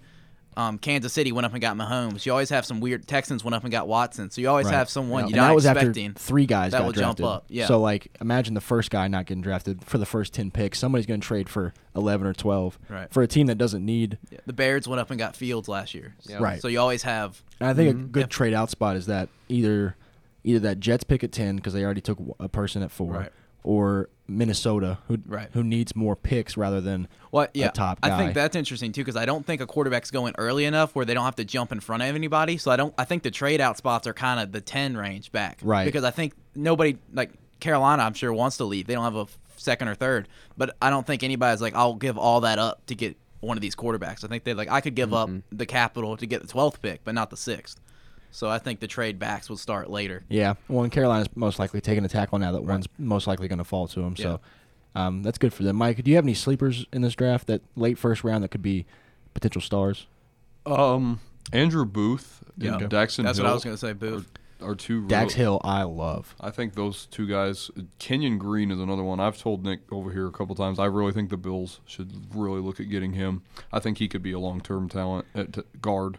Speaker 6: um, Kansas City went up and got Mahomes. You always have some weird Texans went up and got Watson. So you always
Speaker 2: Right.
Speaker 6: have someone
Speaker 2: And
Speaker 6: you're not
Speaker 2: that was
Speaker 6: expecting.
Speaker 2: after three guys
Speaker 6: that
Speaker 2: got
Speaker 6: will jump
Speaker 2: drafted.
Speaker 6: up, yeah.
Speaker 2: So like, imagine the first guy not getting drafted for the first ten picks. Somebody's going to trade for eleven or twelve
Speaker 6: Right.
Speaker 2: for a team that doesn't need.
Speaker 6: Yeah, the Bears went up and got Fields last year.
Speaker 7: Yeah.
Speaker 2: Right.
Speaker 6: So you always have
Speaker 2: And I think a good
Speaker 6: Yep.
Speaker 2: trade out spot is that either either that Jets pick at ten because they already took a person at four,
Speaker 6: Right.
Speaker 2: or Minnesota who
Speaker 6: Right.
Speaker 2: who needs more picks rather than
Speaker 6: what? Yeah,
Speaker 2: a top guy.
Speaker 6: I think that's interesting too because I don't think a quarterback's going early enough where they don't have to jump in front of anybody. So I don't. I think the trade out spots are kind of the ten range back.
Speaker 2: Right.
Speaker 6: Because I think nobody like Carolina, I'm sure, wants to leave. They don't have a f- second or third, but I don't think anybody's like, I'll give all that up to get one of these quarterbacks. I think they like, I could give up
Speaker 2: Mm-hmm.
Speaker 6: the capital to get the 12th pick, but not the sixth. So I think the trade backs will start later.
Speaker 2: yeah. Well, and Carolina's most likely taking a tackle now that one's most likely going to fall to them. So um, that's good for them. Mike, do you have any sleepers in this draft that late first round that could be potential stars?
Speaker 4: Um, Andrew Booth
Speaker 6: Yeah.
Speaker 4: and Daxon
Speaker 6: That's
Speaker 4: Hill
Speaker 6: what I was going to say, Booth.
Speaker 4: are two real-
Speaker 2: Dax Hill, I love.
Speaker 4: I think those two guys. uh, Kenyon Green is another one. I've told Nick over here a couple times. I really think the Bills should really look at getting him. I think he could be a long-term talent at t- guard.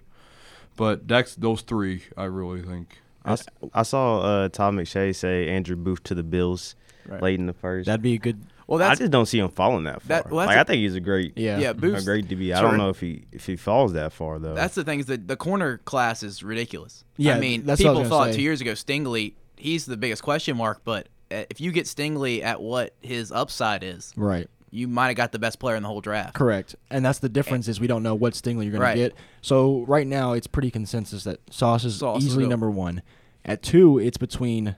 Speaker 4: But Dax, those three, I really think.
Speaker 5: I, s- I saw uh, Todd McShay say Andrew Booth to the Bills late in the first.
Speaker 2: That'd be a good.
Speaker 6: Well, that's
Speaker 5: I just don't see him falling that far.
Speaker 6: that- well, that's
Speaker 5: like
Speaker 6: a-
Speaker 5: I think he's a great,
Speaker 2: Yeah.
Speaker 6: yeah,
Speaker 5: a
Speaker 6: Booth's
Speaker 5: great DB. I
Speaker 6: sort
Speaker 5: don't
Speaker 6: of-
Speaker 5: know if he if he falls that far though.
Speaker 6: That's the thing is that the corner class is ridiculous.
Speaker 2: Yeah,
Speaker 6: I mean,
Speaker 2: that's what I
Speaker 6: people
Speaker 2: was gonna
Speaker 6: thought
Speaker 2: say.
Speaker 6: two years ago Stingley, he's the biggest question mark. But uh, if you get Stingley at what his upside is,
Speaker 2: Right.
Speaker 6: you might have got the best player in the whole draft.
Speaker 2: Correct. And that's the difference is we don't know what Stingley you're going
Speaker 6: Right.
Speaker 2: to get. So right now it's pretty consensus that Sauce is
Speaker 6: Sauce is
Speaker 2: easily
Speaker 6: dope.
Speaker 2: number one. At two, it's between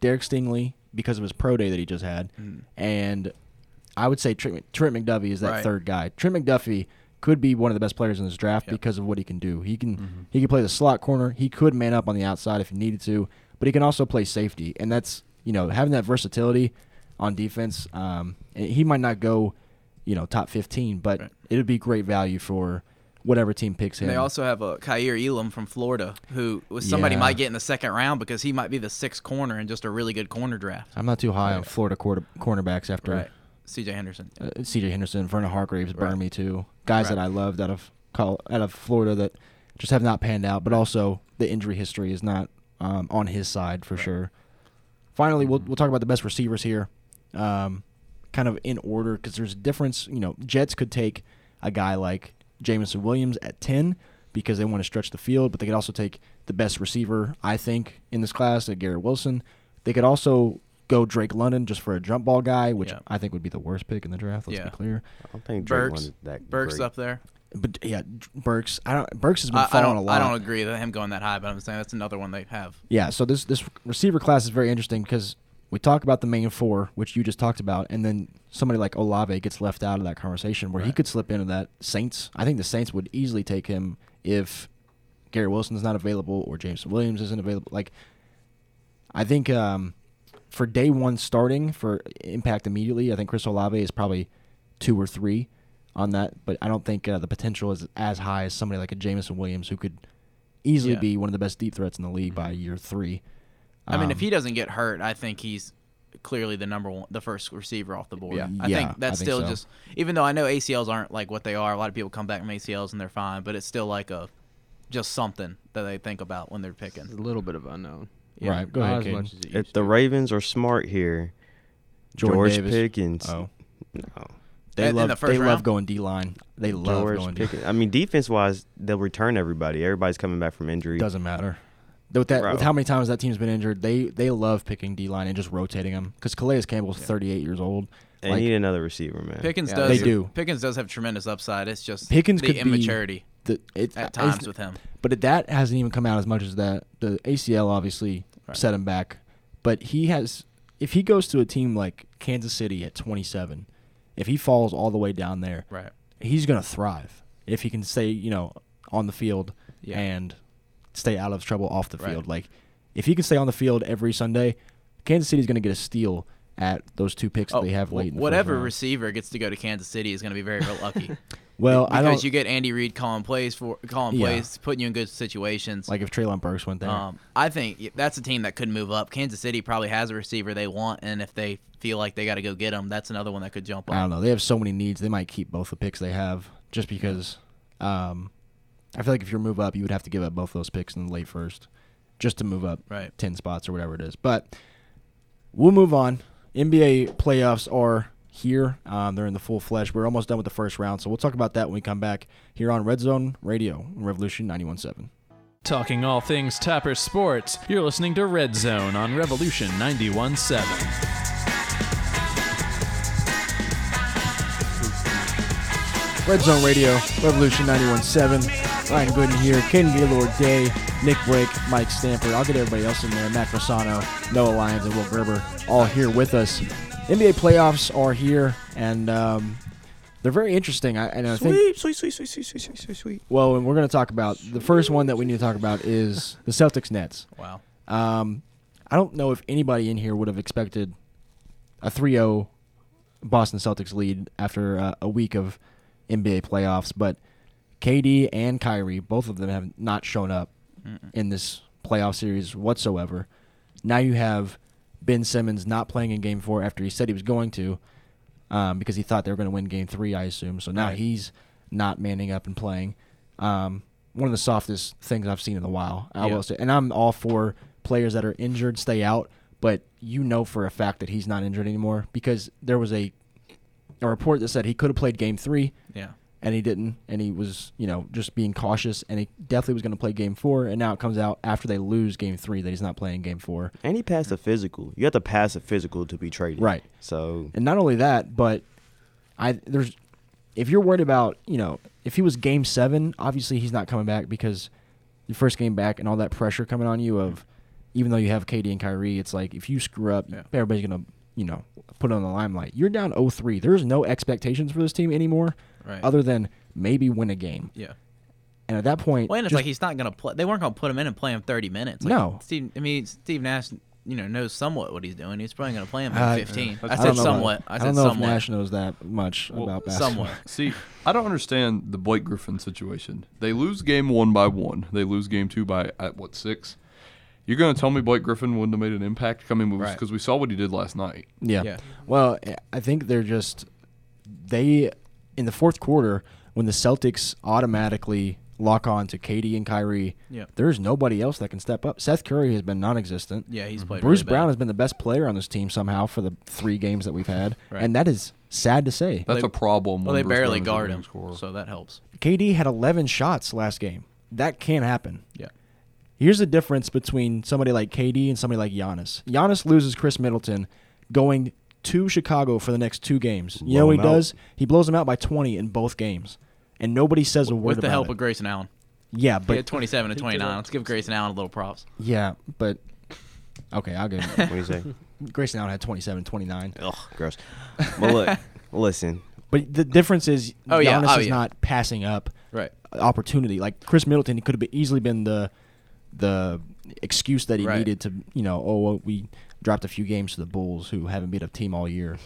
Speaker 2: Derek Stingley because of his pro day that he just had,
Speaker 6: Mm-hmm.
Speaker 2: and I would say Trent, Trent McDuffie is that
Speaker 6: Right.
Speaker 2: third guy. uh, Trent McDuffie could be one of the best players in this draft because of what he can do. He can
Speaker 6: Mm-hmm.
Speaker 2: he can play the slot corner. He could man up on the outside if he needed to, but he can also play safety, and that's you know having that versatility on defense. Um, and he might not go, you know, top fifteen, but
Speaker 6: Right.
Speaker 2: it would be great value for whatever team picks him.
Speaker 6: And they also have a Kair Elam from Florida, who was somebody
Speaker 2: Yeah.
Speaker 6: might get in the second round because he might be the sixth corner in just a really good corner draft.
Speaker 2: I'm not too high on Florida quarter, cornerbacks after
Speaker 6: C.J. Henderson.
Speaker 2: uh, C.J. Henderson, Vernon Hargraves burned
Speaker 6: Right.
Speaker 2: me too. Guys that
Speaker 6: Right.
Speaker 2: I loved out of col- out of Florida that just have not panned out, but also the injury history is not um, on his side for sure. Finally, we'll we'll talk about the best receivers here, um, kind of in order because there's a difference. You know, Jets could take a guy like Jamison Williams at ten because they want to stretch the field, but they could also take the best receiver I think in this class, at Garrett Wilson. They could also go Drake London just for a jump ball guy, which
Speaker 6: Yeah.
Speaker 2: I think would be the worst pick in the draft. Let's
Speaker 6: Yeah.
Speaker 2: be clear.
Speaker 5: I don't think Drake
Speaker 6: Burks.
Speaker 5: wanted that
Speaker 6: Burks
Speaker 5: great.
Speaker 6: up there.
Speaker 2: But yeah, Burks. I don't. Burks has been
Speaker 6: I, I
Speaker 2: falling a
Speaker 6: don't.
Speaker 2: lot.
Speaker 6: I don't agree with him going that high, but I'm saying that's another one they have.
Speaker 2: Yeah. So this this receiver class is very interesting because we talk about the main four, which you just talked about, and then somebody like Olave gets left out of that conversation where he could slip into that Saints. I think the Saints would easily take him if Gary Wilson's not available or James Williams isn't available. Like, I think um, for day one starting for impact immediately, I think Chris Olave is probably two or three on that, but I don't think uh, the potential is as high as somebody like a Jamison Williams who could easily
Speaker 6: Yeah.
Speaker 2: be one of the best deep threats in the league by year three.
Speaker 6: I mean, if
Speaker 2: Um,
Speaker 6: he doesn't get hurt, I think he's clearly the number one, the first receiver off the board.
Speaker 2: Yeah.
Speaker 6: I
Speaker 2: Yeah,
Speaker 6: think that's
Speaker 2: I think
Speaker 6: still
Speaker 2: so.
Speaker 6: just, even though I know ACLs aren't like what they are, a lot of people come back from ACLs and they're fine, but it's still like a, just something that they think about when they're
Speaker 7: It's a
Speaker 6: picking.
Speaker 7: little bit of unknown.
Speaker 2: Right, go
Speaker 7: not
Speaker 2: ahead,
Speaker 7: as
Speaker 2: Caden.
Speaker 7: much as it
Speaker 5: If
Speaker 7: used
Speaker 5: the
Speaker 7: to.
Speaker 5: Ravens are smart here,
Speaker 2: Jordan
Speaker 5: George
Speaker 2: Davis.
Speaker 5: Pickens.
Speaker 2: Oh.
Speaker 5: No.
Speaker 2: They
Speaker 6: In the
Speaker 2: love
Speaker 6: first
Speaker 2: they love
Speaker 6: round?
Speaker 2: going D line. They love going
Speaker 5: George
Speaker 2: D
Speaker 5: Pickens. I mean, defense wise, they'll return everybody. Everybody's coming back from injury.
Speaker 2: Doesn't matter. With that, with
Speaker 5: Bro.
Speaker 2: how many times that team's been injured, they they love picking D line and just rotating them because Calais Campbell's 38 years old.
Speaker 5: They
Speaker 2: Like,
Speaker 5: need another receiver, man.
Speaker 6: Pickens
Speaker 7: Yeah,
Speaker 6: does.
Speaker 2: they do.
Speaker 6: Pickens does have tremendous upside. It's just
Speaker 2: Pickens
Speaker 6: the
Speaker 2: could be
Speaker 6: immaturity
Speaker 2: the, it,
Speaker 6: at
Speaker 2: it's-
Speaker 6: times with him.
Speaker 2: But it- that hasn't even come out as much as that. The ACL obviously set him back, but he has. If he goes to a team like Kansas City at 27, if he falls all the way down there,
Speaker 6: Right.
Speaker 2: he's gonna thrive if he can stay, you know, on the field
Speaker 6: Yeah.
Speaker 2: and stay out of trouble off the
Speaker 6: Right.
Speaker 2: field. Like if he can stay on the field every Sunday, Kansas City's gonna get a steal at those two picks that they have
Speaker 6: Oh,
Speaker 2: late. in the
Speaker 6: whatever
Speaker 2: first round.
Speaker 6: receiver gets to go to Kansas City is going to be very real lucky.
Speaker 2: well, I
Speaker 6: because
Speaker 2: don't
Speaker 6: you get Andy Reid calling plays for calling
Speaker 2: Yeah.
Speaker 6: plays, putting you in good situations.
Speaker 2: like if Traylon Burks went there.
Speaker 6: Um, I think y- that's a team that could move up. Kansas City probably has a receiver they want, and if they feel like they got to go get him, that's another one that could jump
Speaker 2: I
Speaker 6: up.
Speaker 2: don't know. They have so many needs. They might keep both the picks they have just because. Um, I feel like if you move up, you would have to give up both those picks in the late first, just to move up
Speaker 6: Right.
Speaker 2: ten spots or whatever it is. But we'll move on. NBA playoffs are here. Um, they're in the full flesh. We're almost done with the first round, so we'll talk about that when we come back here on Red Zone Radio Revolution 91.7.
Speaker 1: Talking all things Topper Sports, you're listening to Red Zone on Revolution 91.7.
Speaker 2: Red Zone Radio, Revolution 91.7. Ryan Gooden here, Caden Gaylord Day, Nick Blake, Mike Stanford. I'll get everybody else in there. Matt Rossano, Noah Lyons, and Will Gerber all here with us. NBA playoffs are here, and um, they're very interesting. I, and I think
Speaker 5: sweet, sweet, sweet, sweet, sweet, sweet, sweet, sweet.
Speaker 2: well, and we're going to talk about the first one that we need to talk about is the Celtics Nets.
Speaker 6: Wow.
Speaker 2: Um, I don't know if anybody in here would have expected a 3-0 Boston Celtics lead after uh, a week of NBA playoffs, but KD and Kyrie, both of them have not shown up in this playoff series whatsoever. Now you have Ben Simmons not playing in Game Four after he said he was going to, um, because he thought they were going to win Game Three, I assume. So now he's not manning up and playing. Um, one of the softest things I've seen in a while. I
Speaker 6: Yeah.
Speaker 2: will say, and I'm all for players that are injured stay out, but you know for a fact that he's not injured anymore because there was a a report that said he could have played Game Three
Speaker 6: Yeah.
Speaker 2: and he didn't, and he was, you know, just being cautious, and he definitely was going to play game four, and now it comes out after they lose game three that he's not playing game four.
Speaker 5: And he passed a physical. You have to pass a physical to be traded.
Speaker 2: Right.
Speaker 5: So
Speaker 2: And not only that, but I there's if you're worried about, you know, if he was game seven, obviously he's not coming back because your first game back and all that pressure coming on you of even though you have KD and Kyrie, it's like if you screw up,
Speaker 6: Yeah.
Speaker 2: everybody's gonna, you know, put on the limelight. You're down 0-3. There's no expectations for this team anymore
Speaker 6: Right.
Speaker 2: other than maybe win a game.
Speaker 6: Yeah.
Speaker 2: And at that point,
Speaker 6: Well, and it's
Speaker 2: just-
Speaker 6: like he's not gonna play. They weren't gonna put him in and play him 30 minutes. Like,
Speaker 2: No.
Speaker 6: Steve. I mean, Steve Nash, you know, knows somewhat what he's doing. He's probably gonna play him in
Speaker 2: Uh,
Speaker 6: 15.
Speaker 4: I
Speaker 6: I
Speaker 4: don't
Speaker 6: said
Speaker 2: know
Speaker 6: somewhat.
Speaker 2: About,
Speaker 6: I
Speaker 2: I,
Speaker 6: said
Speaker 2: don't know
Speaker 6: somewhat.
Speaker 2: if Nash knows that much
Speaker 4: Well,
Speaker 2: about basketball.
Speaker 6: somewhat.
Speaker 4: See, I don't understand the Blake Griffin situation. They lose game one by one. They lose game two by at what six? You're going to tell me Blake Griffin wouldn't have made an impact coming moves
Speaker 6: Right.
Speaker 4: because we saw what he did last night.
Speaker 2: Yeah.
Speaker 6: Yeah.
Speaker 2: Well, eh, I think they're just they in the fourth quarter when the Celtics automatically lock on to Katie and Kyrie.
Speaker 6: Yeah.
Speaker 2: There's nobody else that can step up. Seth Curry has been non-existent.
Speaker 6: Yeah, he's played.
Speaker 2: Mm-hmm. Bruce
Speaker 6: really bad.
Speaker 2: Brown has been the best player on this team somehow for the three games that we've had,
Speaker 6: Right.
Speaker 2: and that is sad to say.
Speaker 4: That's
Speaker 6: They-
Speaker 4: a problem.
Speaker 6: Well,
Speaker 4: when
Speaker 6: they
Speaker 4: Bruce
Speaker 6: barely
Speaker 4: Brown
Speaker 6: guard
Speaker 4: is able
Speaker 6: him,
Speaker 4: to score.
Speaker 6: so that helps.
Speaker 2: KD had 11 shots last game. That can't happen.
Speaker 6: Yeah.
Speaker 2: Here's the difference between somebody like KD and somebody like Giannis. Giannis loses Chris Middleton going to Chicago for the next two games. You know
Speaker 5: Blow
Speaker 2: what he
Speaker 5: him out.
Speaker 2: does? He blows them out by 20 in both games. And nobody says a word
Speaker 6: With
Speaker 2: about
Speaker 6: the help
Speaker 2: it.
Speaker 6: of Grayson Allen.
Speaker 2: yeah,
Speaker 6: But, he had
Speaker 2: but
Speaker 6: 27 and 29. Let's give Grayson Allen a little props.
Speaker 2: yeah, but okay, I'll give
Speaker 5: what do you say?
Speaker 2: Grayson Allen had 27, 29.
Speaker 5: Ugh, gross. But look, listen.
Speaker 2: But the difference is
Speaker 6: Oh,
Speaker 2: Giannis
Speaker 6: yeah. Oh,
Speaker 2: is
Speaker 6: yeah.
Speaker 2: not passing up
Speaker 6: Right.
Speaker 2: opportunity. Like Chris Middleton, he could have been, easily been the the excuse that he
Speaker 6: Right.
Speaker 2: needed to, you know, oh, well, we dropped a few games to the Bulls, who haven't beat a team all year.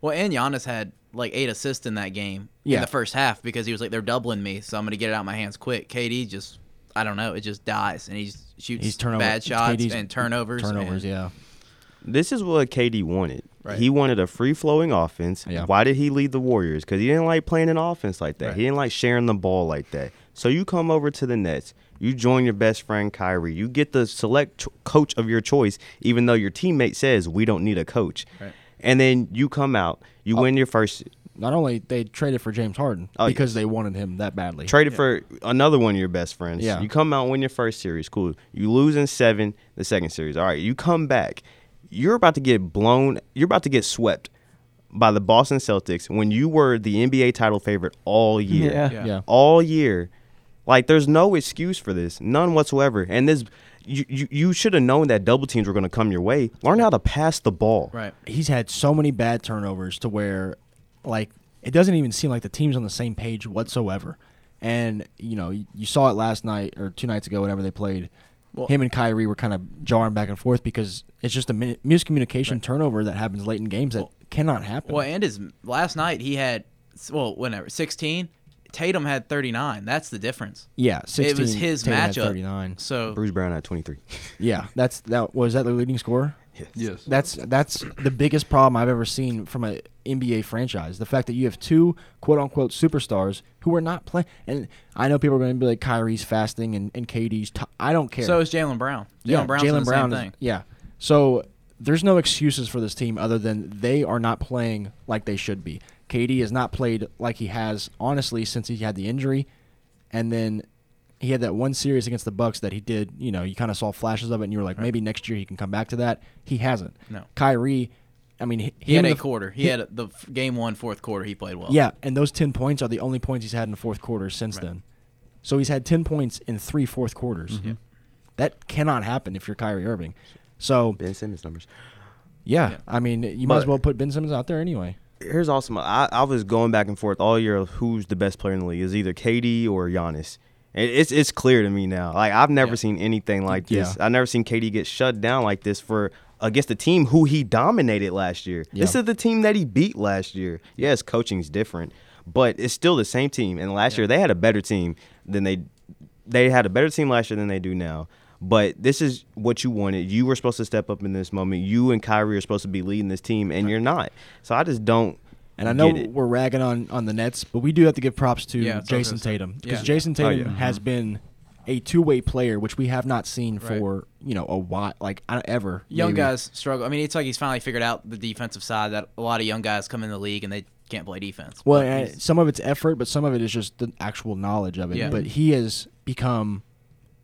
Speaker 6: Well, and Giannis had like eight assists in that game
Speaker 2: Yeah.
Speaker 6: in the first half because he was like, they're doubling me, so I'm going to get it out of my hands quick. KD just, I don't know, it just dies and he shoots
Speaker 2: He's turnover
Speaker 6: bad shots
Speaker 2: KD's
Speaker 6: and turnovers.
Speaker 2: Turnovers,
Speaker 6: and-
Speaker 2: yeah.
Speaker 5: This is what KD wanted.
Speaker 6: Right.
Speaker 5: He wanted a free flowing offense.
Speaker 2: Yeah.
Speaker 5: Why did he lead the Warriors? Because he didn't like playing an offense like that.
Speaker 6: Right.
Speaker 5: He didn't like sharing the ball like that. So you come over to the Nets. You join your best friend Kyrie. You get the select cho- coach of your choice, even though your teammate says we don't need a coach.
Speaker 6: Right.
Speaker 5: And then you come out. You win your first.
Speaker 2: Not only they traded for James Harden
Speaker 5: Oh, yeah.
Speaker 2: because they wanted him that badly.
Speaker 5: Traded for another one of your best friends.
Speaker 2: Yeah.
Speaker 5: You come out and win your first series. Cool. You lose in seven, the second series. All right. You come back. You're about to get blown. You're about to get swept by the Boston Celtics when you were the NBA title favorite all year.
Speaker 3: Yeah.
Speaker 6: Yeah.
Speaker 2: yeah.
Speaker 5: All year. Like, there's no excuse for this. None whatsoever. And this. You, you, you should have known that double teams were going to come your way. Learn how to pass the ball.
Speaker 6: Right.
Speaker 2: He's had so many bad turnovers to where, like, it doesn't even seem like the team's on the same page whatsoever. And, you know, you, you saw it last night or two nights ago, whenever they played. him and Kyrie were kind of jarring back and forth because it's just a min- miscommunication turnover that happens late in games that cannot happen.
Speaker 6: Well, and his last night he had, well, whenever, 16. Tatum had 39. That's the difference.
Speaker 2: yeah, 16,
Speaker 6: it was his
Speaker 2: Tatum had
Speaker 6: matchup.
Speaker 2: 39.
Speaker 6: So,
Speaker 5: Bruce Brown at 23.
Speaker 2: Yeah, that's that was that the leading scorer?
Speaker 4: Yes.
Speaker 2: That's that's the biggest problem I've ever seen from an NBA franchise. The fact that you have two quote unquote superstars who are not playing, and I know people are going to be like Kyrie's fasting and and KD's. T- I don't care.
Speaker 6: so is Jalen Brown. Jalen
Speaker 2: yeah,
Speaker 6: Brown's
Speaker 2: Jalen
Speaker 6: Jalen the
Speaker 2: Brown.
Speaker 6: same
Speaker 2: is-
Speaker 6: thing.
Speaker 2: yeah. So there's no excuses for this team other than they are not playing like they should be. KD has not played like he has honestly since he had the injury, and then he had that one series against the Bucks that he did. You know, you kind of saw flashes of it, and you were like, maybe next year he can come back to that. He hasn't.
Speaker 6: No.
Speaker 2: Kyrie. I mean, he,
Speaker 6: He had
Speaker 2: him
Speaker 6: a
Speaker 2: in the-
Speaker 6: quarter. He, had a, the f- game one fourth quarter. He played well.
Speaker 2: Yeah, and those ten points are the only points he's had in the fourth quarter since then. So he's had ten points in three fourth quarters.
Speaker 6: Mm-hmm.
Speaker 2: That cannot happen if you're Kyrie Irving. So
Speaker 5: Ben Simmons numbers.
Speaker 2: yeah,
Speaker 6: Yeah.
Speaker 2: I mean, you might as
Speaker 5: But-
Speaker 2: well put Ben Simmons out there anyway.
Speaker 5: here's awesome. I, I was going back and forth all year. of Who's the best player in the league? Is either KD or Giannis. And it's it's clear to me now. Like I've never
Speaker 6: Yeah.
Speaker 5: seen anything like this.
Speaker 2: Yeah.
Speaker 5: I've never seen KD get shut down like this for against the team who he dominated last year. This
Speaker 2: Yeah.
Speaker 5: is the team that he beat last year. Yes, coaching's different, but it's still the same team. And last year they had a better team than they they had a better team last year than they do now. But this is what you wanted. You were supposed to step up in this moment. You and Kyrie are supposed to be leading this team, and you're not. So I just don't.
Speaker 2: And I know
Speaker 5: get it.
Speaker 2: we're ragging on, on the Nets, but we do have to give props to
Speaker 6: Yeah, that's what I was
Speaker 2: Jason
Speaker 6: gonna say.
Speaker 2: Tatum because
Speaker 6: Yeah. Mm-hmm.
Speaker 2: Jason
Speaker 5: Oh,
Speaker 2: Tatum
Speaker 5: yeah.
Speaker 2: has been a two way player, which we have not seen
Speaker 6: Right.
Speaker 2: for you know a while, like I- ever.
Speaker 6: Young
Speaker 2: maybe.
Speaker 6: guys struggle. I mean, it's like he's finally figured out the defensive side that a lot of young guys come in the league and they can't play defense.
Speaker 2: Well,
Speaker 6: But
Speaker 2: and
Speaker 6: he's-
Speaker 2: some of it's effort, but some of it is just the actual knowledge of it.
Speaker 6: Yeah.
Speaker 2: But he has become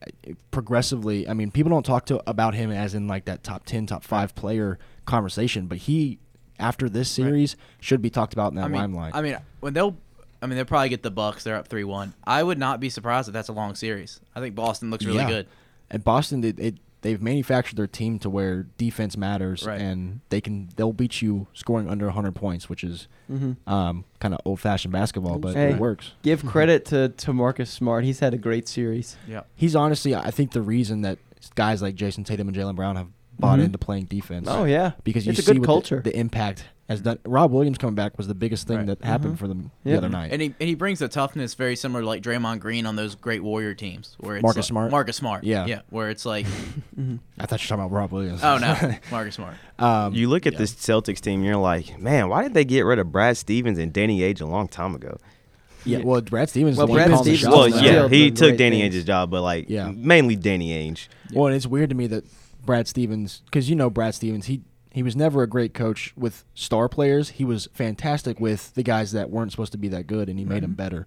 Speaker 2: uh, progressively. I mean, people don't talk to about him as in like that top ten, top five player conversation, but he after this series should be talked about in that
Speaker 6: I mean,
Speaker 2: limelight.
Speaker 6: I mean, when they'll, I mean, they'll probably get the Bucks. They're up three one. I would not be surprised if that's a long series. I think Boston looks really
Speaker 2: Yeah.
Speaker 6: good.
Speaker 2: And Boston, they, they they've manufactured their team to where defense matters,
Speaker 6: Right.
Speaker 2: and they can they'll beat you scoring under 100 points, which is
Speaker 6: Mm-hmm.
Speaker 2: um, kind of old fashioned basketball, but
Speaker 3: Hey.
Speaker 2: it works.
Speaker 3: Give credit to to Marcus Smart. He's had a great series.
Speaker 6: Yeah.
Speaker 2: He's honestly, I think the reason that guys like Jason Tatum and Jalen Brown have bought into playing defense.
Speaker 3: Mm-hmm. Oh yeah,
Speaker 2: because you
Speaker 3: it's a
Speaker 2: see
Speaker 3: good
Speaker 2: what
Speaker 3: culture.
Speaker 2: The, the impact has done. Rob Williams coming back was the biggest thing
Speaker 6: Right.
Speaker 2: that happened for them
Speaker 3: Mm-hmm. Yeah.
Speaker 2: the other night.
Speaker 6: And he and he brings a toughness very similar to like Draymond Green on those great Warrior teams where it's
Speaker 2: Marcus
Speaker 6: like-
Speaker 2: Smart?
Speaker 6: Marcus Smart.
Speaker 2: Yeah.
Speaker 6: Yeah. Where it's like,
Speaker 3: Mm-hmm.
Speaker 2: I thought you were talking about Rob Williams.
Speaker 6: oh no, Marcus Smart.
Speaker 2: um,
Speaker 5: You look at this Celtics team, you're like, man, why did they get rid of Brad Stevens and Danny Ainge a long time ago?
Speaker 2: yeah, well, Brad Stevens.
Speaker 3: Well,
Speaker 2: is the one
Speaker 3: Brad
Speaker 2: calling the
Speaker 3: Stevens
Speaker 2: shots now.
Speaker 5: Well,
Speaker 3: was
Speaker 5: yeah,
Speaker 3: still
Speaker 5: he
Speaker 3: doing
Speaker 5: took
Speaker 3: great
Speaker 5: Danny
Speaker 3: things.
Speaker 5: Ainge's job, but like
Speaker 2: Yeah.
Speaker 5: mainly Danny Ainge.
Speaker 2: Well, and it's weird to me that Brad Stevens, because you know Brad Stevens, he he was never a great coach with star players. He was fantastic with the guys that weren't supposed to be that good, and he
Speaker 3: Mm-hmm.
Speaker 2: made them better.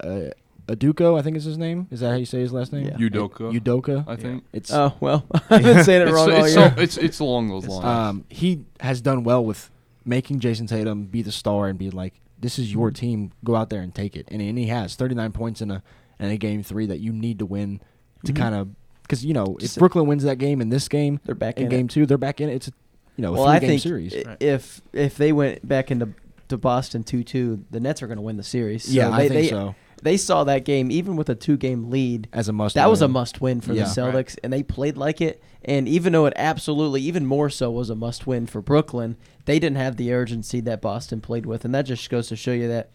Speaker 2: Uh, Aduko, I think is his name. Is that how you say his last name?
Speaker 3: Yeah.
Speaker 4: Udoka,
Speaker 2: Udoka.
Speaker 4: I think.
Speaker 2: It's
Speaker 3: oh well, I've been saying it
Speaker 4: It's,
Speaker 3: wrong all
Speaker 4: it's,
Speaker 3: year.
Speaker 4: it's it's along those lines.
Speaker 2: um, he has done well with making Jason Tatum be the star and be like, this is
Speaker 3: Mm-hmm.
Speaker 2: your team. Go out there and take it. And, and he has 39 points in a in a game three that you need to win to kind of because you know
Speaker 3: Mm-hmm. Just-
Speaker 2: if Brooklyn wins that game in this game,
Speaker 3: They're back
Speaker 2: in,
Speaker 3: in
Speaker 2: game two. They're back in it. It's a you know a
Speaker 3: well,
Speaker 2: three
Speaker 3: I
Speaker 2: game
Speaker 3: think
Speaker 2: series.
Speaker 3: i-
Speaker 6: Right.
Speaker 3: if if they went back into to Boston two two, the Nets are going to win the series. So
Speaker 2: yeah,
Speaker 3: they,
Speaker 2: I think
Speaker 3: they,
Speaker 2: so.
Speaker 3: They saw that game even with a two game lead.
Speaker 2: As a must,
Speaker 3: that was a
Speaker 2: win.
Speaker 3: must win for
Speaker 2: Yeah.
Speaker 3: the Celtics,
Speaker 6: Right.
Speaker 3: and they played like it. And even though it absolutely, even more so, was a must win for Brooklyn, they didn't have the urgency that Boston played with, and that just goes to show you that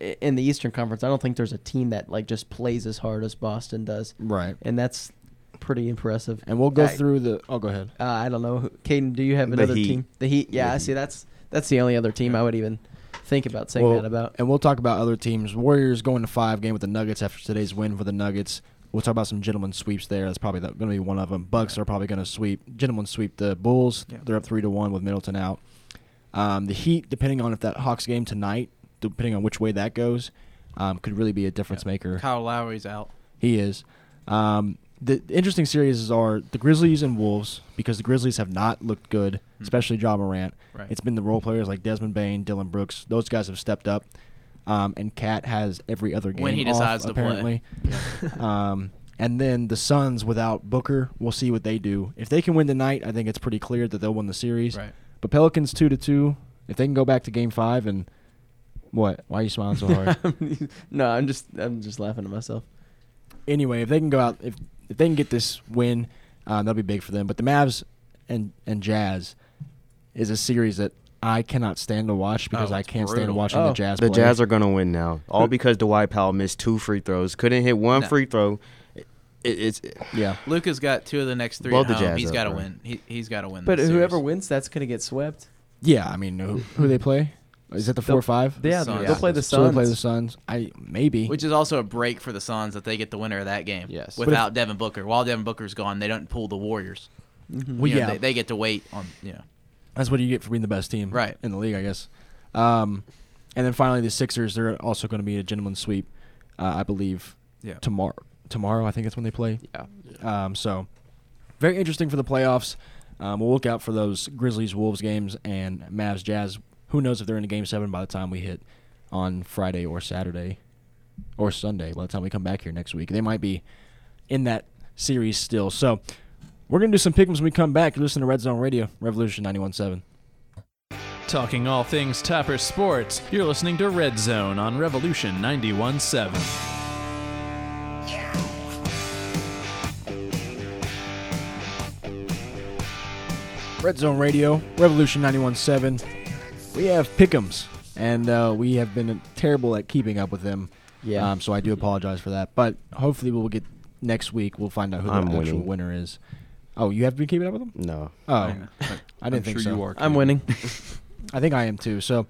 Speaker 3: i- in the Eastern Conference, I don't think there's a team that like just plays as hard as Boston does,
Speaker 2: right?
Speaker 3: and that's pretty impressive.
Speaker 2: And we'll go
Speaker 3: I-
Speaker 2: through the. Oh, go ahead.
Speaker 3: Uh, I don't know, who- Caden. Do you have
Speaker 5: The
Speaker 3: another
Speaker 5: Heat.
Speaker 3: team? The Heat. Yeah, I see. That's that's the only other team I would even think about saying
Speaker 2: Well,
Speaker 3: that about.
Speaker 2: And we'll talk about other teams. Warriors going to five game with the Nuggets after today's win for the Nuggets. We'll talk about some gentlemen sweeps there. That's probably going to be one of them. Bucks are probably going to sweep. Gentlemen sweep the Bulls.
Speaker 6: Yeah.
Speaker 2: They're up three to one with Middleton out. Um, the Heat, depending on if that Hawks game tonight, depending on which way that goes, um, could really be a difference maker.
Speaker 6: Kyle Lowry's out.
Speaker 2: He is. Um, the interesting series are the Grizzlies and Wolves because the Grizzlies have not looked good, especially John Morant.
Speaker 6: Hmm. Right.
Speaker 2: It's been the role players like Desmond Bain, Dylan Brooks. Those guys have stepped up. Um, and Cat has every other game
Speaker 6: When he
Speaker 2: off,
Speaker 6: decides to play.
Speaker 2: apparently. um, and then the Suns without Booker, we'll see what they do. If they can win tonight, I think it's pretty clear that they'll win the series.
Speaker 6: Right.
Speaker 2: But Pelicans two to two. If they can go back to Game Five and what? Why are you smiling so hard?
Speaker 3: no, I'm just I'm just laughing to myself.
Speaker 2: anyway, if they can go out, if if they can get this win, uh, that'll be big for them. But the Mavs and and Jazz is a series that I cannot stand to watch because
Speaker 6: Oh,
Speaker 2: I
Speaker 6: it's
Speaker 2: can't stand
Speaker 6: brutal.
Speaker 2: watching
Speaker 3: Oh.
Speaker 2: the Jazz.
Speaker 5: The
Speaker 2: play.
Speaker 5: Jazz are gonna win now, all because Dwight Powell missed two free throws, couldn't hit one
Speaker 6: No.
Speaker 5: free throw. It, it's
Speaker 2: yeah.
Speaker 6: Luca's got two of the next three
Speaker 5: Blow
Speaker 6: at
Speaker 5: the
Speaker 6: home.
Speaker 5: Jazz
Speaker 6: he's
Speaker 5: up,
Speaker 6: got to
Speaker 5: bro.
Speaker 6: win. He, he's got to win.
Speaker 3: But
Speaker 6: this
Speaker 3: whoever
Speaker 6: series.
Speaker 3: wins, that's gonna get swept.
Speaker 2: Yeah, I mean, who, who they play? Is that the four or five?
Speaker 3: Yeah,
Speaker 6: Suns.
Speaker 3: they'll play the
Speaker 2: So
Speaker 3: Suns.
Speaker 2: they play the Suns. I maybe.
Speaker 6: which is also a break for the Suns that they get the winner of that game.
Speaker 7: Yes. But if-
Speaker 6: without Devin Booker, while Devin Booker's gone, they don't pull the Warriors.
Speaker 2: Mm-hmm. well,
Speaker 6: You know,
Speaker 2: yeah,
Speaker 6: they, they get to wait on. You know,
Speaker 2: that's what you get for being the best team,
Speaker 6: Right.
Speaker 2: in the league, I guess. Um, and then finally the Sixers. They're also going to be a gentleman's sweep, uh, I believe.
Speaker 6: Yeah.
Speaker 2: Tomorrow, tomorrow, I think that's when they play.
Speaker 7: Yeah.
Speaker 2: Um, so, very interesting for the playoffs. Um, we'll look out for those Grizzlies Wolves games and Mavs Jazz. Who knows if they're in a game seven by the time we hit on Friday or Saturday or Sunday by the time we come back here next week. They might be in that series still. So, we're going to do some pickums when we come back. You listen to Red Zone Radio, Revolution 91.7.
Speaker 1: Talking all things Topper Sports, you're listening to Red Zone on Revolution 91.7.
Speaker 2: Red Zone Radio, Revolution 91.7. We have pickums and uh, we have been terrible at keeping up with them.
Speaker 3: Yeah.
Speaker 2: Um, so I do apologize for that, but hopefully we'll get next week. We'll find out who the
Speaker 5: I'm
Speaker 2: actual
Speaker 5: winning.
Speaker 2: winner is. Oh, you have been keeping up with them?
Speaker 5: No.
Speaker 2: Oh, I,
Speaker 6: I'm-
Speaker 2: didn't
Speaker 4: I'm
Speaker 2: think
Speaker 4: sure
Speaker 2: so.
Speaker 4: you are.
Speaker 3: I'm
Speaker 4: Cam.
Speaker 3: winning.
Speaker 2: I think I am too. So,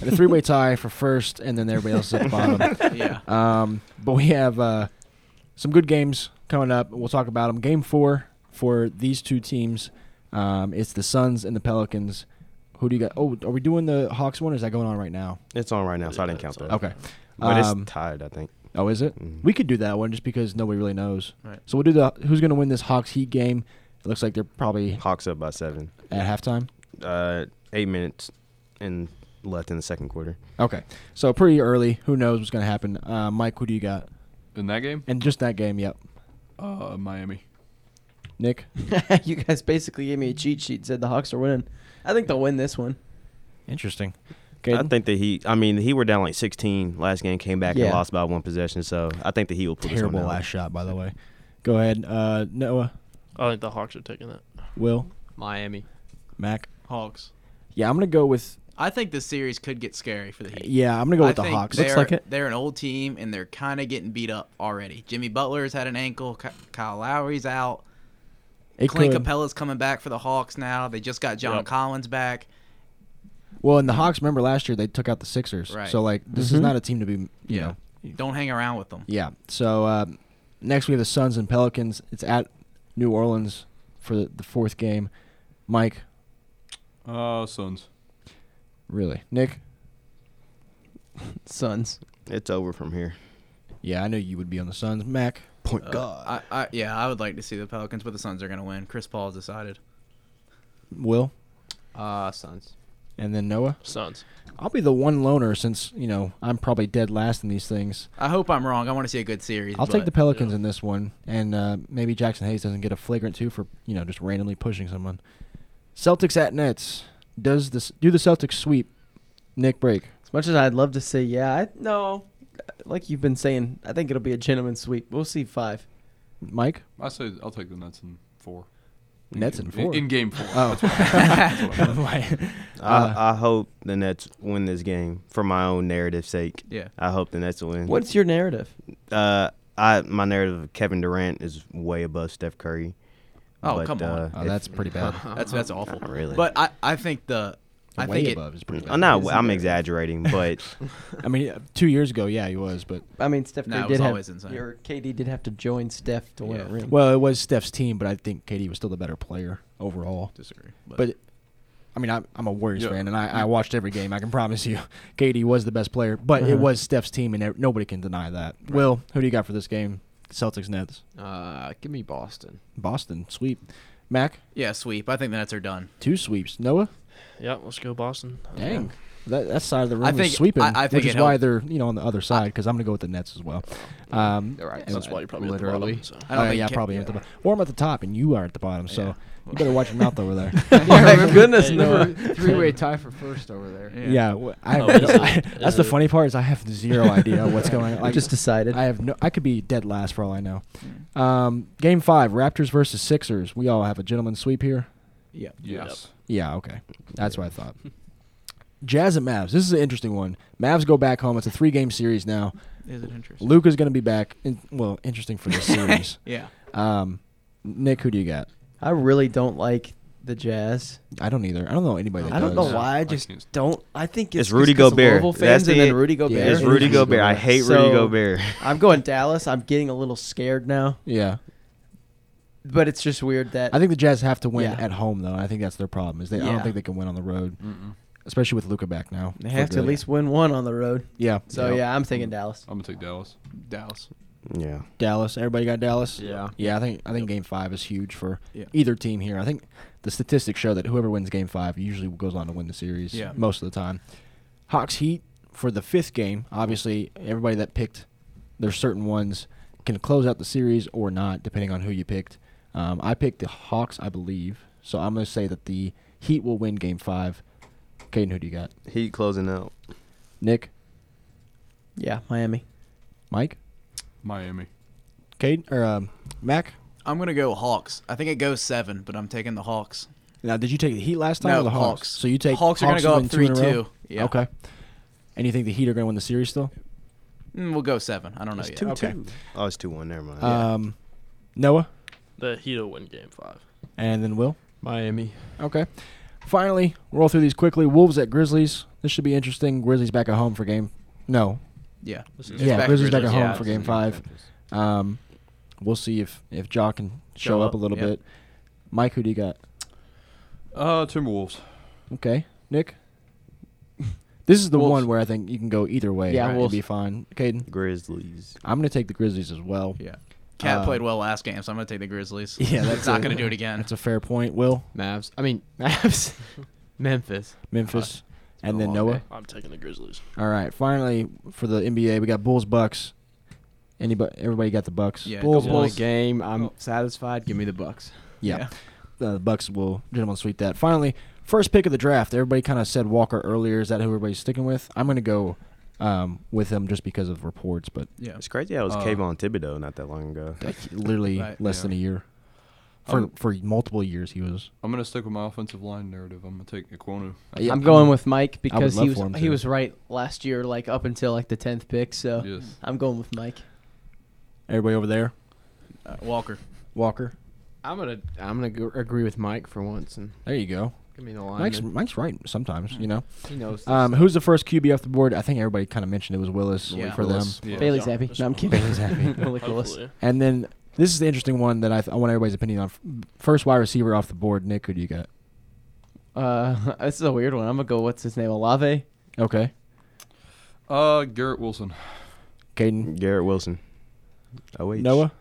Speaker 2: the three-way tie for first, and then everybody else is at the bottom.
Speaker 6: yeah.
Speaker 2: Um, but we have uh, some good games coming up. We'll talk about them. Game four for these two teams. Um, it's the Suns and the Pelicans. Who do you got? Oh, are we doing the Hawks one? Or is that going on right now?
Speaker 5: It's on right now, so I didn't count that.
Speaker 2: Okay.
Speaker 5: But
Speaker 2: Um,
Speaker 5: it's tied, I think.
Speaker 2: Oh, is it? We could do that one just because nobody really knows.
Speaker 6: Right.
Speaker 2: So we'll do the who's going to win this Hawks Heat game. It looks like they're probably
Speaker 5: Hawks up by seven.
Speaker 2: at halftime.
Speaker 5: Uh, eight minutes and left in the second quarter.
Speaker 2: Okay. So pretty early. Who knows what's going to happen? Uh, Mike, who do you got?
Speaker 4: in that game.
Speaker 2: And just that game, yep.
Speaker 4: Uh, Miami.
Speaker 2: Nick?
Speaker 3: you guys basically gave me a cheat sheet. and Said the Hawks are winning. I think they'll win this one.
Speaker 2: Interesting.
Speaker 5: I think that he. I mean, he were down like 16 last game, came back
Speaker 3: Yeah.
Speaker 5: and lost by one possession. So I think that he will pull this
Speaker 2: Terrible
Speaker 5: one out.
Speaker 2: last shot, by the way. Go ahead. Uh, Noah,
Speaker 9: I think the Hawks are taking that.
Speaker 2: Will,
Speaker 9: Miami
Speaker 2: Mac.
Speaker 9: Hawks.
Speaker 2: Yeah, I'm going to go with.
Speaker 6: I think this series could get scary for the Heat.
Speaker 2: Yeah, I'm going to go
Speaker 6: I
Speaker 2: with the
Speaker 6: think
Speaker 2: Hawks.
Speaker 6: They're,
Speaker 3: Looks like it.
Speaker 6: They're an old team, and they're kind of getting beat up already. Jimmy Butler's had an ankle. Ky- Kyle Lowry's out.
Speaker 2: It
Speaker 6: Clint
Speaker 2: could.
Speaker 6: Capella's coming back for the Hawks now. They just got John
Speaker 9: Yep.
Speaker 6: Collins back.
Speaker 2: Well, and the Hawks, remember last year, they took out the Sixers.
Speaker 6: Right.
Speaker 2: So, like, this
Speaker 5: Mm-hmm.
Speaker 2: is
Speaker 3: Mhm.
Speaker 2: not a team to be, you know,
Speaker 6: Don't hang around with them.
Speaker 2: Yeah. So um, next we have the Suns and Pelicans. It's at New Orleans for the, the fourth game. Mike,
Speaker 4: Uh, Suns.
Speaker 2: really? Nick?
Speaker 3: Suns.
Speaker 5: It's over from here.
Speaker 2: Yeah, I knew you would be on the Suns. Mac?
Speaker 5: Point
Speaker 6: Uh, I, I, yeah, I would like to see the Pelicans, but the Suns are going to win. Chris Paul's decided.
Speaker 2: Will?
Speaker 7: Uh, Suns.
Speaker 2: And then Noah?
Speaker 9: Suns.
Speaker 2: I'll be the one loner since, you know, I'm probably dead last in these things.
Speaker 6: I hope I'm wrong. I want to see a good series.
Speaker 2: I'll take the
Speaker 6: but-
Speaker 2: Pelicans in this one, and uh, maybe Jackson Hayes doesn't get a flagrant two for, you know, just randomly pushing someone. Celtics at Nets. Does this do the Celtics sweep? Nick break.
Speaker 3: As much as I'd love to say, yeah, I, no. Like you've been saying, I think it'll be a gentleman's sweep. We'll see five.
Speaker 2: Mike?
Speaker 4: I say I'll take the Nets in four.
Speaker 2: Nets in four.
Speaker 4: In, game four.
Speaker 2: Oh.
Speaker 4: That's what I meant. That's what I meant.
Speaker 2: Uh,
Speaker 5: I, I hope the Nets win this game for my own narrative's sake.
Speaker 6: Yeah.
Speaker 5: I hope the Nets win.
Speaker 3: What's your narrative?
Speaker 5: Uh, I my narrative of Kevin Durant is way above Steph Curry. uh,
Speaker 6: Oh, come on.
Speaker 2: Oh,
Speaker 5: if-
Speaker 2: that's pretty bad.
Speaker 6: That's that's awful.
Speaker 5: Not really.
Speaker 6: But I, I think the I
Speaker 2: way
Speaker 6: think it,
Speaker 2: above is pretty bad.
Speaker 5: I'm not. I'm exaggerating, but
Speaker 2: I mean, uh, two years ago, yeah, he was, but
Speaker 3: I mean, Steph
Speaker 6: No,
Speaker 3: Curry
Speaker 6: it was
Speaker 3: did
Speaker 6: always
Speaker 3: have,
Speaker 6: insane.
Speaker 3: or KD did have to join Steph to win a
Speaker 6: Yeah.
Speaker 3: ring.
Speaker 2: well, it was Steph's team, but I think KD was still the better player overall.
Speaker 6: disagree.
Speaker 2: But I mean, I'm, I'm a Warriors
Speaker 4: Yeah.
Speaker 2: fan, and I, I watched every game. I can promise you, KD was the best player, but it
Speaker 3: Uh-huh.
Speaker 2: was Steph's team, and e- nobody can deny that. Will, who do you got for this game? Celtics Nets,
Speaker 7: Uh, give me Boston.
Speaker 2: Boston sweep, Mac
Speaker 6: yeah, sweep. I think the Nets are done.
Speaker 2: two sweeps, Noah.
Speaker 9: Yep, let's go Boston.
Speaker 2: Dang. That, that side of the room
Speaker 6: I
Speaker 2: is
Speaker 6: think-
Speaker 2: sweeping,
Speaker 6: I- I think
Speaker 2: which is
Speaker 6: it
Speaker 2: why
Speaker 6: helped.
Speaker 2: they're you know on the other side because I'm gonna go with the Nets as well. Um,
Speaker 7: They're right.
Speaker 9: That's why you're probably
Speaker 7: Literally.
Speaker 9: at the bottom.
Speaker 6: I don't
Speaker 2: uh,
Speaker 6: think
Speaker 2: yeah,
Speaker 6: Ke-
Speaker 2: probably at the bottom. Or I'm at the top, and you are at the bottom, so
Speaker 6: Yeah.
Speaker 2: you better watch your mouth over there.
Speaker 3: Oh my goodness, Noah.
Speaker 7: Three way tie for first over there.
Speaker 6: Yeah.
Speaker 2: Yeah, wh- I,
Speaker 9: Oh, is it-
Speaker 2: I-
Speaker 9: is
Speaker 2: that's the
Speaker 9: it-
Speaker 2: funny part is I have zero idea what's going on.
Speaker 3: I
Speaker 2: Like,
Speaker 3: just decided.
Speaker 2: I have no. I could be dead last for all I know. Um, game five, Raptors versus Sixers. We all have a gentleman's sweep here.
Speaker 6: Yeah.
Speaker 4: Yes.
Speaker 2: Yeah, okay, that's what I thought. Jazz and Mavs. This is an interesting one. Mavs go back home. It's a three-game series now.
Speaker 6: Is it interesting?
Speaker 2: Luca's going to be back. In, well, interesting for this series.
Speaker 6: Yeah.
Speaker 2: Um, Nick, who do you got?
Speaker 3: I really don't like the Jazz.
Speaker 2: I don't either. I don't know anybody. That
Speaker 3: I don't know
Speaker 2: does.
Speaker 4: Yeah,
Speaker 3: why. I
Speaker 4: I
Speaker 3: just
Speaker 4: can't-
Speaker 3: don't. I think it's,
Speaker 5: It's Rudy
Speaker 3: just 'cause of
Speaker 5: Gobert.
Speaker 3: Louisville
Speaker 5: That's
Speaker 3: fans and then
Speaker 5: it.
Speaker 3: Rudy Gobert.
Speaker 5: it's
Speaker 2: Yeah.
Speaker 5: Rudy
Speaker 2: Rudy
Speaker 5: Gobert. I
Speaker 2: Gobert.
Speaker 5: hate
Speaker 3: So-
Speaker 5: Rudy Gobert.
Speaker 3: I'm going Dallas. I'm getting a little scared now,
Speaker 2: Yeah,
Speaker 3: but it's just weird that
Speaker 2: I think the Jazz have to win
Speaker 3: Yeah.
Speaker 2: at home though. and I think that's their problem. Is they I don't
Speaker 3: Yeah.
Speaker 2: think they can win on the road,
Speaker 4: Mm-mm.
Speaker 2: especially with Luca back now.
Speaker 3: they
Speaker 2: for
Speaker 3: have to at
Speaker 2: good.
Speaker 3: least win one on the road.
Speaker 2: Yeah.
Speaker 3: So yeah, I'm thinking Dallas.
Speaker 4: I'm gonna take Dallas.
Speaker 6: Dallas.
Speaker 5: yeah.
Speaker 2: Dallas. Everybody got Dallas.
Speaker 7: Yeah.
Speaker 2: Yeah, I think I think Game Five is huge for
Speaker 6: Yeah.
Speaker 2: either team here. I think the statistics show that whoever wins Game Five usually goes on to win the series.
Speaker 6: Yeah.
Speaker 2: Most of the time. Hawks Heat for the fifth game. Obviously, everybody that picked their certain ones can close out the series or not, depending on who you picked. Um, I picked the Hawks, I believe. So I'm gonna say that the Heat will win Game Five. Caden, who do you got?
Speaker 5: Heat closing out.
Speaker 2: Nick,
Speaker 3: Yeah, Miami.
Speaker 2: Mike,
Speaker 4: Miami.
Speaker 2: Caden, or um, Mac.
Speaker 6: I'm gonna go Hawks. I think it goes seven, but I'm taking the Hawks.
Speaker 2: Now, did you take the Heat last time
Speaker 6: no,
Speaker 2: or the Hawks? So you take
Speaker 6: Hawks are gonna
Speaker 2: to
Speaker 6: go
Speaker 2: win
Speaker 6: up three
Speaker 2: in a row?
Speaker 6: two. Yeah.
Speaker 2: Okay. And you think the Heat are going to win the series still?
Speaker 6: Mm, we'll go seven. I don't know
Speaker 5: It's
Speaker 6: yet.
Speaker 5: two
Speaker 2: Okay.
Speaker 5: two. Oh, it's two one. Never mind.
Speaker 2: Um, Noah
Speaker 9: The Heat will win Game Five.
Speaker 2: and then Will.
Speaker 4: Miami.
Speaker 2: Okay. Finally, roll through these quickly. Wolves at Grizzlies. This should be interesting. Grizzlies back at home for game. No.
Speaker 6: Yeah.
Speaker 9: This
Speaker 6: It's
Speaker 9: is-
Speaker 2: yeah,
Speaker 6: back
Speaker 2: Grizzlies back at
Speaker 6: Grizzlies.
Speaker 2: home
Speaker 6: Yeah,
Speaker 2: for
Speaker 6: it's
Speaker 2: game five. Um, we'll see if if Jaw can show,
Speaker 9: Show
Speaker 2: up,
Speaker 9: up,
Speaker 2: a little
Speaker 6: yeah.
Speaker 2: bit. Mike, who do you got?
Speaker 4: Uh, Timberwolves.
Speaker 2: Okay, Nick. This is the
Speaker 4: Wolves.
Speaker 2: one where I think you can go either way.
Speaker 7: Yeah,
Speaker 2: right? it'll
Speaker 7: Wolves.
Speaker 2: be fine. Caden,
Speaker 5: Grizzlies.
Speaker 2: I'm gonna take the Grizzlies as well.
Speaker 6: Yeah. Cat
Speaker 2: Uh,
Speaker 6: played well last game, so I'm gonna take the Grizzlies.
Speaker 2: Yeah, that's
Speaker 6: it's not
Speaker 2: a-
Speaker 6: gonna do it again.
Speaker 2: That's a fair point. Will
Speaker 7: Mavs. I mean, Mavs. Memphis.
Speaker 2: Memphis, and
Speaker 7: been a
Speaker 2: then
Speaker 7: long
Speaker 2: Noah.
Speaker 7: day.
Speaker 9: I'm taking the Grizzlies.
Speaker 2: All right, finally for the NBA, we got Bulls Bucks. Anybody, everybody got the Bucks.
Speaker 6: Yeah,
Speaker 7: Bulls Oh.
Speaker 6: go
Speaker 7: won the
Speaker 6: Bulls.
Speaker 7: game. I'm satisfied. Give me the Bucks.
Speaker 2: Yeah. Uh, the Bucks will gentlemen sweep that. Finally, first pick of the draft. Everybody kind of said Walker earlier. Is that who everybody's sticking with? I'm gonna go um, with him just because of reports, but
Speaker 6: Yeah.
Speaker 5: It's crazy how it was
Speaker 4: Uh,
Speaker 5: Kayvon Thibodeau not that long ago.
Speaker 2: like, literally
Speaker 6: Right,
Speaker 2: less
Speaker 4: yeah.
Speaker 2: than a year. For
Speaker 4: Um,
Speaker 2: for multiple years, he was.
Speaker 4: I'm gonna stick with my offensive line narrative. I'm gonna take Iquonu.
Speaker 2: Yeah.
Speaker 3: I'm going with Mike
Speaker 2: I would
Speaker 3: because
Speaker 2: love
Speaker 3: he was
Speaker 2: for him
Speaker 3: he
Speaker 2: to.
Speaker 3: was right last year, like up until like the tenth pick. So
Speaker 4: Yes.
Speaker 3: I'm going with Mike.
Speaker 2: Everybody over there,
Speaker 6: Uh, Walker.
Speaker 2: Walker.
Speaker 7: I'm gonna I'm gonna go, agree with Mike for once and
Speaker 2: There you go.
Speaker 7: give me the
Speaker 2: Mike's,
Speaker 7: line.
Speaker 2: Mike's right sometimes, you know.
Speaker 7: He knows. this
Speaker 2: Um,
Speaker 7: stuff.
Speaker 2: who's the first QB off the board? I think everybody kind of mentioned it was Willis
Speaker 6: Yeah.
Speaker 2: for
Speaker 4: Willis.
Speaker 2: them.
Speaker 4: Yeah.
Speaker 3: Bailey's
Speaker 9: Yeah.
Speaker 3: happy. No, I'm kidding.
Speaker 2: Bailey's happy.
Speaker 3: Malik Willis.
Speaker 9: Hopefully.
Speaker 2: And then this is the interesting one that I, th- I want everybody's opinion on. F- First wide receiver off the board, Nick. Who do you got?
Speaker 3: Uh, this is a weird one. I'm gonna go. What's his name? Olave.
Speaker 2: Okay,
Speaker 4: Uh, Garrett Wilson.
Speaker 2: Caden.
Speaker 5: Garrett Wilson. Oh wait.
Speaker 2: Noah?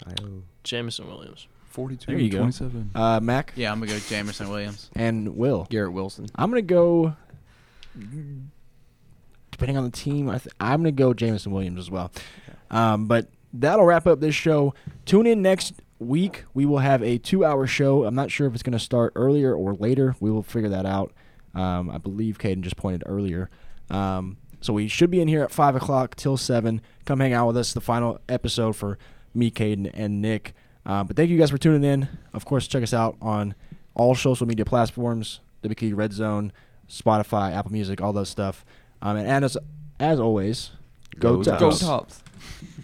Speaker 9: Jamison Williams.
Speaker 4: 42
Speaker 2: There you go.
Speaker 4: 27.
Speaker 2: Uh, Mac
Speaker 6: Yeah, I'm gonna go Jamerson Williams.
Speaker 2: and Will.
Speaker 7: Garrett Wilson.
Speaker 2: I'm gonna go. Depending on the team, I th- I'm gonna go Jameson Williams as well. Um, but that'll wrap up this show. Tune in next week. We will have a two-hour show. I'm not sure if it's gonna start earlier or later. We will figure that out. Um, I believe Caden just pointed earlier. Um, so we should be in here at five o'clock till seven. Come hang out with us. The final episode for me, Caden, and Nick. Uh, but thank you guys for tuning in. Of course, check us out on all social media platforms: WK Red Zone, Spotify, Apple Music, all those stuff. Um, and as as always, go,
Speaker 5: Go
Speaker 2: Tops.
Speaker 5: Tops.
Speaker 4: Tops.